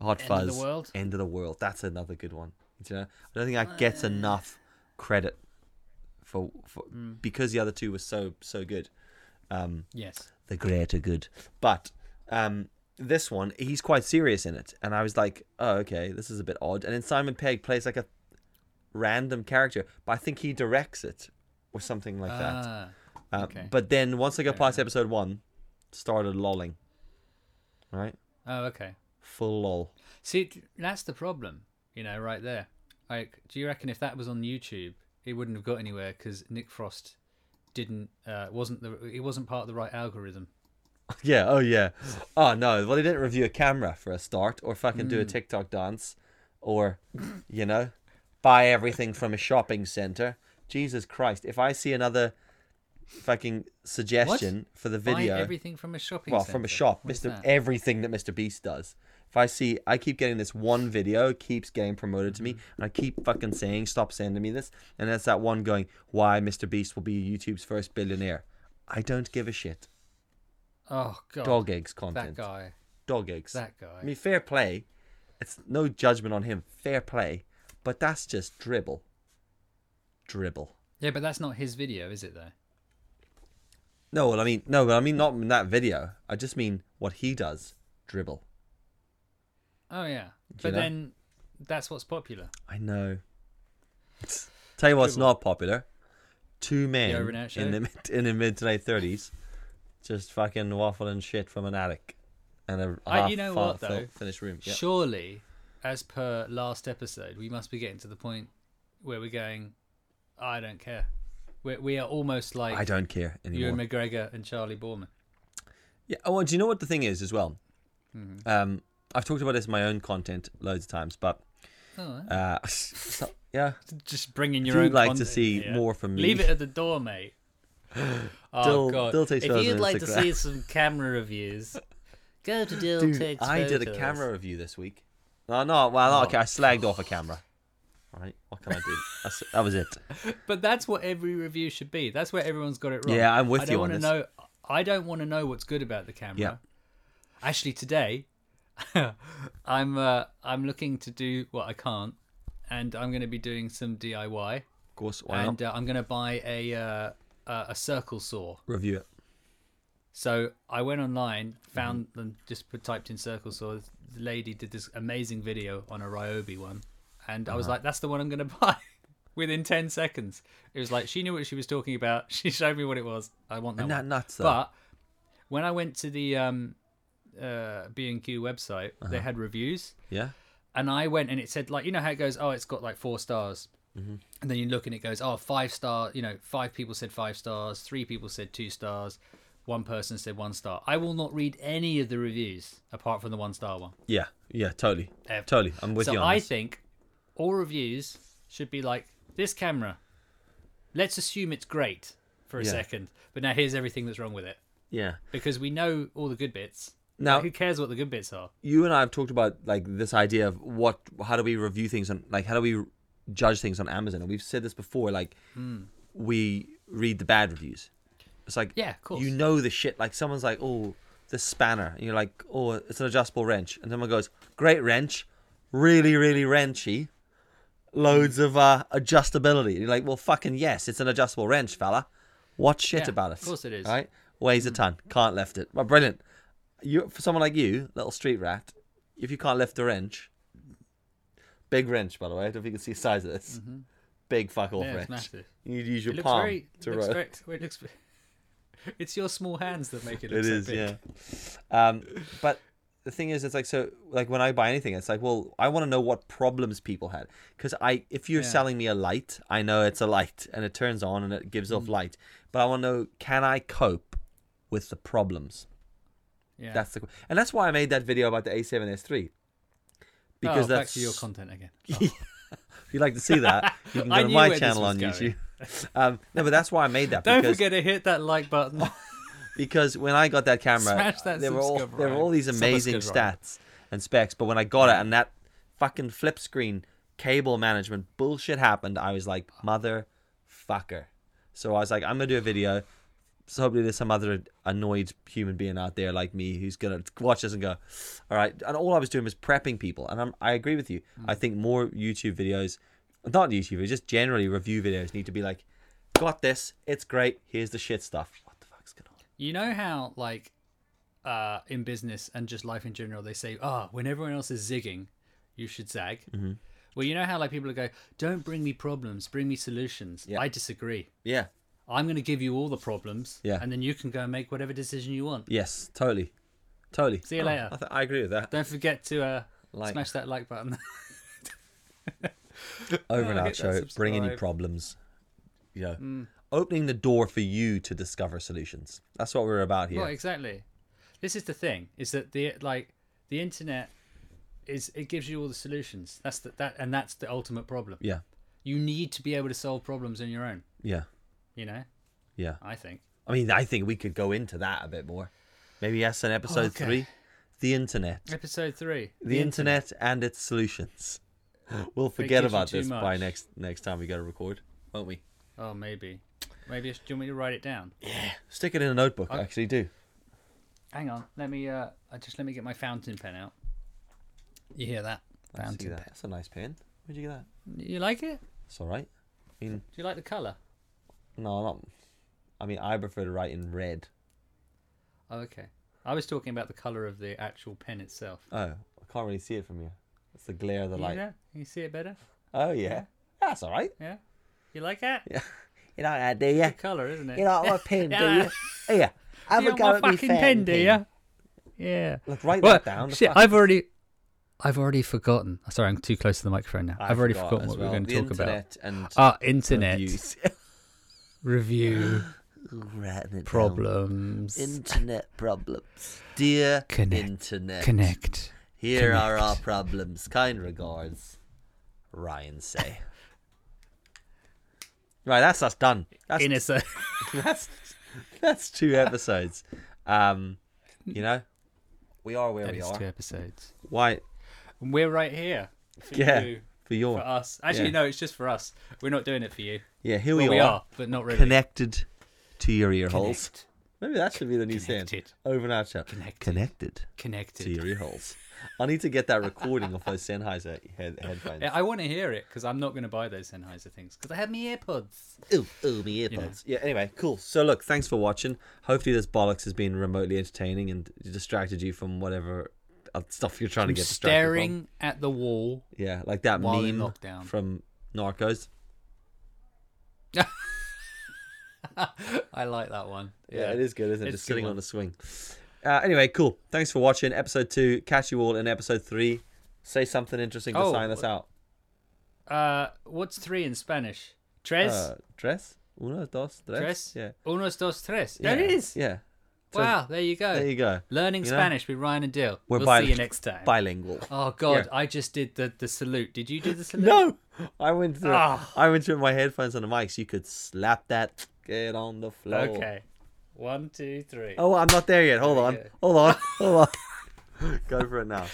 [SPEAKER 1] Hot
[SPEAKER 2] End
[SPEAKER 1] Fuzz
[SPEAKER 2] of the World?
[SPEAKER 1] End of the World that's another good one Do you know I don't think that gets enough credit for, for
[SPEAKER 2] Mm.
[SPEAKER 1] because the other two were so so good
[SPEAKER 2] Yes.
[SPEAKER 1] the greater good. But um, this one, he's quite serious in it, and I was like, oh, okay, this is a bit odd. And then Simon Pegg plays like a random character, but I think he directs it or something like that.
[SPEAKER 2] Ah,
[SPEAKER 1] Um,
[SPEAKER 2] okay.
[SPEAKER 1] But then once I got past episode one, started lolling. Right,
[SPEAKER 2] oh, okay.
[SPEAKER 1] full lol.
[SPEAKER 2] See, that's the problem, you know, right there. Like, do you reckon if that was on YouTube, it wouldn't have got anywhere because Nick Frost didn't uh, wasn't the it wasn't part of the right algorithm.
[SPEAKER 1] Yeah, oh yeah. Oh no, well they didn't review a camera for a start or fucking
[SPEAKER 2] Mm.
[SPEAKER 1] do a TikTok dance or you know, buy everything from a shopping center. Jesus Christ, if I see another fucking suggestion for the
[SPEAKER 2] Buy
[SPEAKER 1] video
[SPEAKER 2] everything from a shopping.
[SPEAKER 1] well, from a
[SPEAKER 2] centre.
[SPEAKER 1] shop,
[SPEAKER 2] What is
[SPEAKER 1] Mr.
[SPEAKER 2] that?
[SPEAKER 1] Everything that Mr. Beast does. If I see, I keep getting this one video it keeps getting promoted to me,
[SPEAKER 2] Mm.
[SPEAKER 1] and I keep fucking saying, "Stop sending me this," and that's that one going, "Why Mr. Beast will be YouTube's first billionaire." I don't give a shit.
[SPEAKER 2] oh god,
[SPEAKER 1] Dog eggs
[SPEAKER 2] that
[SPEAKER 1] content
[SPEAKER 2] guy,
[SPEAKER 1] dog eggs.
[SPEAKER 2] that
[SPEAKER 1] I
[SPEAKER 2] guy.
[SPEAKER 1] mean, fair play. It's no judgment on him. Fair play, but that's just dribble. Dribble.
[SPEAKER 2] Yeah, but that's not his video, is it? Though.
[SPEAKER 1] No, well, I mean, no, well, I mean not in that video. I just mean what he does. Dribble.
[SPEAKER 2] Oh yeah,
[SPEAKER 1] you
[SPEAKER 2] but
[SPEAKER 1] know?
[SPEAKER 2] then that's what's popular.
[SPEAKER 1] I know. Tell you what's not popular: two men
[SPEAKER 2] Overnight Show?
[SPEAKER 1] in the mid, in the mid to late thirties, just fucking waffling shit from an attic, and a
[SPEAKER 2] I-
[SPEAKER 1] half
[SPEAKER 2] you know
[SPEAKER 1] fi-
[SPEAKER 2] what,
[SPEAKER 1] fi-
[SPEAKER 2] though?
[SPEAKER 1] finished room. Yeah.
[SPEAKER 2] Surely, as per last episode, we must be getting to the point where we're going. I don't care. We're, we are almost like
[SPEAKER 1] I don't care anymore.
[SPEAKER 2] Ewan McGregor and Charlie Borman.
[SPEAKER 1] Yeah. Oh, and do you know what the thing is as well?
[SPEAKER 2] Mm-hmm.
[SPEAKER 1] Um, I've talked about this in my own content loads of times, but
[SPEAKER 2] Oh,
[SPEAKER 1] uh, so- yeah,
[SPEAKER 2] just bringing your
[SPEAKER 1] do
[SPEAKER 2] own.
[SPEAKER 1] you'd like to
[SPEAKER 2] content
[SPEAKER 1] see
[SPEAKER 2] here.
[SPEAKER 1] more from me.
[SPEAKER 2] Leave it at the door, mate. Oh
[SPEAKER 1] Dill-
[SPEAKER 2] God!
[SPEAKER 1] Dill takes
[SPEAKER 2] if
[SPEAKER 1] photos
[SPEAKER 2] you'd
[SPEAKER 1] on
[SPEAKER 2] like to
[SPEAKER 1] Instagram.
[SPEAKER 2] see some camera reviews, go to Dill
[SPEAKER 1] Dude,
[SPEAKER 2] takes
[SPEAKER 1] I did a
[SPEAKER 2] Photos.
[SPEAKER 1] camera review this week. No, no, well,
[SPEAKER 2] Oh.
[SPEAKER 1] not okay. I slagged off a camera. Right? What can I do? That's, that was it.
[SPEAKER 2] But that's what every review should be. That's where everyone's got it wrong.
[SPEAKER 1] Yeah, I'm with
[SPEAKER 2] I don't
[SPEAKER 1] you on
[SPEAKER 2] wanna
[SPEAKER 1] this.
[SPEAKER 2] Know, I don't want to know what's good about the camera.
[SPEAKER 1] Yeah.
[SPEAKER 2] Actually, today, I'm uh, I'm looking to do what I can't, and I'm going to be doing some DIY.
[SPEAKER 1] course, why not?
[SPEAKER 2] and uh, I'm going to buy a uh, a a circle saw.
[SPEAKER 1] Review it.
[SPEAKER 2] So I went online,
[SPEAKER 1] Mm-hmm.
[SPEAKER 2] found them, just put, typed in circle saw. The lady did this amazing video on a Ryobi one, and
[SPEAKER 1] Uh-huh.
[SPEAKER 2] I was like, "That's the one I'm going to buy." Within ten seconds, it was like she knew what she was talking about. She showed me what it was. I want that.
[SPEAKER 1] And
[SPEAKER 2] one.
[SPEAKER 1] that nuts, though.
[SPEAKER 2] But when I went to the um, uh, B and Q website,
[SPEAKER 1] Uh-huh.
[SPEAKER 2] they had reviews,
[SPEAKER 1] Yeah.
[SPEAKER 2] and I went and it said like you know how it goes. Oh, it's got like four stars,
[SPEAKER 1] Mm-hmm.
[SPEAKER 2] and then you look and it goes oh five star. You know, five people said five stars, three people said two stars, one person said one star. I will not read any of the reviews apart from the one star one.
[SPEAKER 1] Yeah. Yeah. Totally.
[SPEAKER 2] Ev-
[SPEAKER 1] Totally. I'm with
[SPEAKER 2] so
[SPEAKER 1] you on
[SPEAKER 2] I
[SPEAKER 1] this.
[SPEAKER 2] think all reviews should be like this camera. Let's assume it's great for a
[SPEAKER 1] Yeah.
[SPEAKER 2] second, but now here's everything that's wrong with it
[SPEAKER 1] Yeah.
[SPEAKER 2] because we know all the good bits.
[SPEAKER 1] Now,
[SPEAKER 2] Who cares what the good bits are?
[SPEAKER 1] you and I have talked about like this idea of what how do we review things on like how do we judge things on Amazon and we've said this before like
[SPEAKER 2] Hmm.
[SPEAKER 1] we read the bad reviews. It's like
[SPEAKER 2] Yeah, of course.
[SPEAKER 1] you know the shit like someone's like oh this spanner and you're like oh it's an adjustable wrench and someone goes great wrench really really wrenchy loads of uh, adjustability and you're like well fucking yes it's an adjustable wrench fella what shit
[SPEAKER 2] Yeah,
[SPEAKER 1] about it
[SPEAKER 2] of course it is.
[SPEAKER 1] right weighs a ton can't lift it well brilliant you for someone like you little street rat if you can't lift the wrench big wrench by the way I don't know if you can see the size of this big fuck off
[SPEAKER 2] Mm-hmm. Yeah, it's
[SPEAKER 1] wrench
[SPEAKER 2] massive.
[SPEAKER 1] you need to use your
[SPEAKER 2] It looks
[SPEAKER 1] palm
[SPEAKER 2] very.
[SPEAKER 1] to
[SPEAKER 2] looks
[SPEAKER 1] roll
[SPEAKER 2] very well, it looks. It's your small hands that make it look
[SPEAKER 1] it
[SPEAKER 2] so
[SPEAKER 1] is
[SPEAKER 2] big.
[SPEAKER 1] yeah um but the thing is it's like so like when i buy anything it's like well i want to know what problems people had because i if you're
[SPEAKER 2] Yeah.
[SPEAKER 1] selling me a light i know it's a light and it turns on and it gives
[SPEAKER 2] Mm.
[SPEAKER 1] off light but i want to know can i cope with the problems
[SPEAKER 2] Yeah.
[SPEAKER 1] that's the and that's why i made that video about the a7s3 because
[SPEAKER 2] oh,
[SPEAKER 1] that's
[SPEAKER 2] back to your content again.
[SPEAKER 1] if you'd like to see that you can
[SPEAKER 2] I
[SPEAKER 1] go to
[SPEAKER 2] knew
[SPEAKER 1] my
[SPEAKER 2] where this
[SPEAKER 1] channel
[SPEAKER 2] was
[SPEAKER 1] on
[SPEAKER 2] going.
[SPEAKER 1] youtube um no but that's why i made that
[SPEAKER 2] Don't
[SPEAKER 1] because
[SPEAKER 2] forget to hit that like button.
[SPEAKER 1] because when I got that camera,
[SPEAKER 2] Smash that
[SPEAKER 1] there were all
[SPEAKER 2] subscribe
[SPEAKER 1] there were all these
[SPEAKER 2] button.
[SPEAKER 1] amazing
[SPEAKER 2] Subscribe.
[SPEAKER 1] stats and specs. But when I got it and that fucking flip screen cable management bullshit happened, I was like, motherfucker. So I was like, I'm gonna do a video. So hopefully there's some other annoyed human being out there like me who's gonna watch this and go, all right. And all I was doing was prepping people, and I'm, I agree with you.
[SPEAKER 2] Mm.
[SPEAKER 1] I think more YouTube videos, not YouTube, videos, just generally review videos need to be like, got this, it's great. Here's the shit stuff. What the fuck's going on?
[SPEAKER 2] You know how like uh in business and just life in general they say, "Oh, when everyone else is zigging, you should zag."
[SPEAKER 1] Mm-hmm.
[SPEAKER 2] Well, you know how like people go, "Don't bring me problems, bring me solutions."
[SPEAKER 1] Yeah.
[SPEAKER 2] I disagree.
[SPEAKER 1] Yeah.
[SPEAKER 2] I'm going to give you all the problems,
[SPEAKER 1] Yeah.
[SPEAKER 2] and then you can go and make whatever decision you want.
[SPEAKER 1] Yes, totally. Totally.
[SPEAKER 2] See you
[SPEAKER 1] Oh,
[SPEAKER 2] later.
[SPEAKER 1] I, th- I agree with that.
[SPEAKER 2] Don't forget to uh,
[SPEAKER 1] Like.
[SPEAKER 2] smash that like button.
[SPEAKER 1] Over and
[SPEAKER 2] Oh,
[SPEAKER 1] out
[SPEAKER 2] hit that
[SPEAKER 1] show. Bring any
[SPEAKER 2] subscribe. Mm.
[SPEAKER 1] problems. You know, opening the door for you to discover solutions. That's what we're about here.
[SPEAKER 2] Well, exactly. This is the thing: is that the like the internet is it gives you all the solutions. That's the, that, and that's the ultimate problem.
[SPEAKER 1] yeah.
[SPEAKER 2] You need to be able to solve problems on your own.
[SPEAKER 1] Yeah.
[SPEAKER 2] You know,
[SPEAKER 1] Yeah.
[SPEAKER 2] I think.
[SPEAKER 1] I mean, I think we could go into that a bit more. Maybe yes, in episode
[SPEAKER 2] okay.
[SPEAKER 1] three, the internet, the,
[SPEAKER 2] Episode three.
[SPEAKER 1] internet, and its solutions. We'll forget
[SPEAKER 2] gives you
[SPEAKER 1] about
[SPEAKER 2] too
[SPEAKER 1] this by
[SPEAKER 2] much.
[SPEAKER 1] next next time we go to record, won't we?
[SPEAKER 2] Oh, maybe. Maybe. Do you want me to write it down?
[SPEAKER 1] Stick it in a notebook. Actually, do.
[SPEAKER 2] Hang on. Let me. Uh, I just let me get my fountain pen out. You hear that?
[SPEAKER 1] I see
[SPEAKER 2] Fountain
[SPEAKER 1] that.
[SPEAKER 2] pen.
[SPEAKER 1] That's a nice pen. Where'd you get that?
[SPEAKER 2] You like it?
[SPEAKER 1] It's all right. I mean,
[SPEAKER 2] Do you like the color?
[SPEAKER 1] No, not. I mean, I prefer to write in red.
[SPEAKER 2] Oh, okay. I was talking about the color of the actual pen itself.
[SPEAKER 1] Oh, I can't really see it from here. It's the glare of the
[SPEAKER 2] You
[SPEAKER 1] light.
[SPEAKER 2] know? You see it better?
[SPEAKER 1] Oh yeah, that's all right.
[SPEAKER 2] Yeah. You like that?
[SPEAKER 1] Yeah, you know that, do you?
[SPEAKER 2] color, isn't it?
[SPEAKER 1] You know my pen, do
[SPEAKER 2] Yeah.
[SPEAKER 1] you? Oh, Yeah, have
[SPEAKER 2] You
[SPEAKER 1] a
[SPEAKER 2] want
[SPEAKER 1] go
[SPEAKER 2] my
[SPEAKER 1] at me
[SPEAKER 2] fucking pen,
[SPEAKER 1] fountain
[SPEAKER 2] do you? Yeah.
[SPEAKER 1] Look, write that down. The
[SPEAKER 2] Shit,
[SPEAKER 1] fuck-
[SPEAKER 2] I've already, I've already forgotten. Sorry, I'm too close to the microphone now.
[SPEAKER 1] I
[SPEAKER 2] I've already
[SPEAKER 1] forgot as
[SPEAKER 2] forgotten what we
[SPEAKER 1] well.
[SPEAKER 2] were going
[SPEAKER 1] The
[SPEAKER 2] to talk about.
[SPEAKER 1] internet and
[SPEAKER 2] Ah, internet
[SPEAKER 1] reviews.
[SPEAKER 2] review
[SPEAKER 1] Writing it down.
[SPEAKER 2] problems.
[SPEAKER 1] Internet problems. Dear
[SPEAKER 2] Connect.
[SPEAKER 1] internet,
[SPEAKER 2] Connect.
[SPEAKER 1] Here are
[SPEAKER 2] Connect.
[SPEAKER 1] our problems. Kind regards, Ryan. Say. right, that's us done. That's
[SPEAKER 2] In a se-
[SPEAKER 1] that's that's two episodes. Um, you know, we are where
[SPEAKER 2] that
[SPEAKER 1] we
[SPEAKER 2] is
[SPEAKER 1] are.
[SPEAKER 2] two episodes.
[SPEAKER 1] Why?
[SPEAKER 2] And we're right here. For
[SPEAKER 1] Yeah,
[SPEAKER 2] You,
[SPEAKER 1] for your
[SPEAKER 2] for us. Actually,
[SPEAKER 1] Yeah.
[SPEAKER 2] no, it's just for us. We're not doing it for you.
[SPEAKER 1] yeah. Here
[SPEAKER 2] Well,
[SPEAKER 1] we,
[SPEAKER 2] we
[SPEAKER 1] are,
[SPEAKER 2] are, but not really.
[SPEAKER 1] connected to your ear holes.
[SPEAKER 2] Connect.
[SPEAKER 1] Maybe that should be the new saying.
[SPEAKER 2] Connected.
[SPEAKER 1] Over and out show.
[SPEAKER 2] Connected.
[SPEAKER 1] Connected to
[SPEAKER 2] Connected.
[SPEAKER 1] your ear holes. I need to get that recording of those Sennheiser head- headphones.
[SPEAKER 2] Yeah, I want to hear it because I'm not going to buy those Sennheiser things because I have my earpods.
[SPEAKER 1] Ooh, ooh, my earbuds. Yeah. anyway, cool. So, look, thanks for watching. Hopefully, this bollocks has been remotely entertaining and distracted you from whatever uh, stuff you're trying to get distracted
[SPEAKER 2] Staring at the wall.
[SPEAKER 1] from. Yeah, like that
[SPEAKER 2] while in
[SPEAKER 1] meme
[SPEAKER 2] lockdown.
[SPEAKER 1] from Narcos.
[SPEAKER 2] I like that one.
[SPEAKER 1] Yeah, it is good, isn't it?
[SPEAKER 2] It's
[SPEAKER 1] Just
[SPEAKER 2] a good
[SPEAKER 1] sitting
[SPEAKER 2] one.
[SPEAKER 1] on a swing. Uh, anyway, cool. Thanks for watching episode two. Catch you all in episode three. Say something interesting to
[SPEAKER 2] Oh,
[SPEAKER 1] sign us out.
[SPEAKER 2] Uh, what's three in Spanish? Tres.
[SPEAKER 1] Uh, dress? Uno, dos, tres.
[SPEAKER 2] tres.
[SPEAKER 1] Yeah.
[SPEAKER 2] Unos dos tres.
[SPEAKER 1] yeah.
[SPEAKER 2] There it is.
[SPEAKER 1] Yeah.
[SPEAKER 2] Wow. There you go.
[SPEAKER 1] There you go.
[SPEAKER 2] Learning
[SPEAKER 1] You know?
[SPEAKER 2] Spanish with Ryan and Dill.
[SPEAKER 1] We're
[SPEAKER 2] we'll
[SPEAKER 1] bi-
[SPEAKER 2] see you next time.
[SPEAKER 1] Bilingual.
[SPEAKER 2] Oh God,
[SPEAKER 1] Yeah.
[SPEAKER 2] I just did the the salute. Did you do the salute?
[SPEAKER 1] No, I went through.
[SPEAKER 2] Ah.
[SPEAKER 1] I went through my headphones on the mics. You could slap that. Get on the floor.
[SPEAKER 2] Okay. One, two, three.
[SPEAKER 1] Oh, I'm not there yet. Hold on.
[SPEAKER 2] Okay.
[SPEAKER 1] Hold on. Hold on. Go for it now.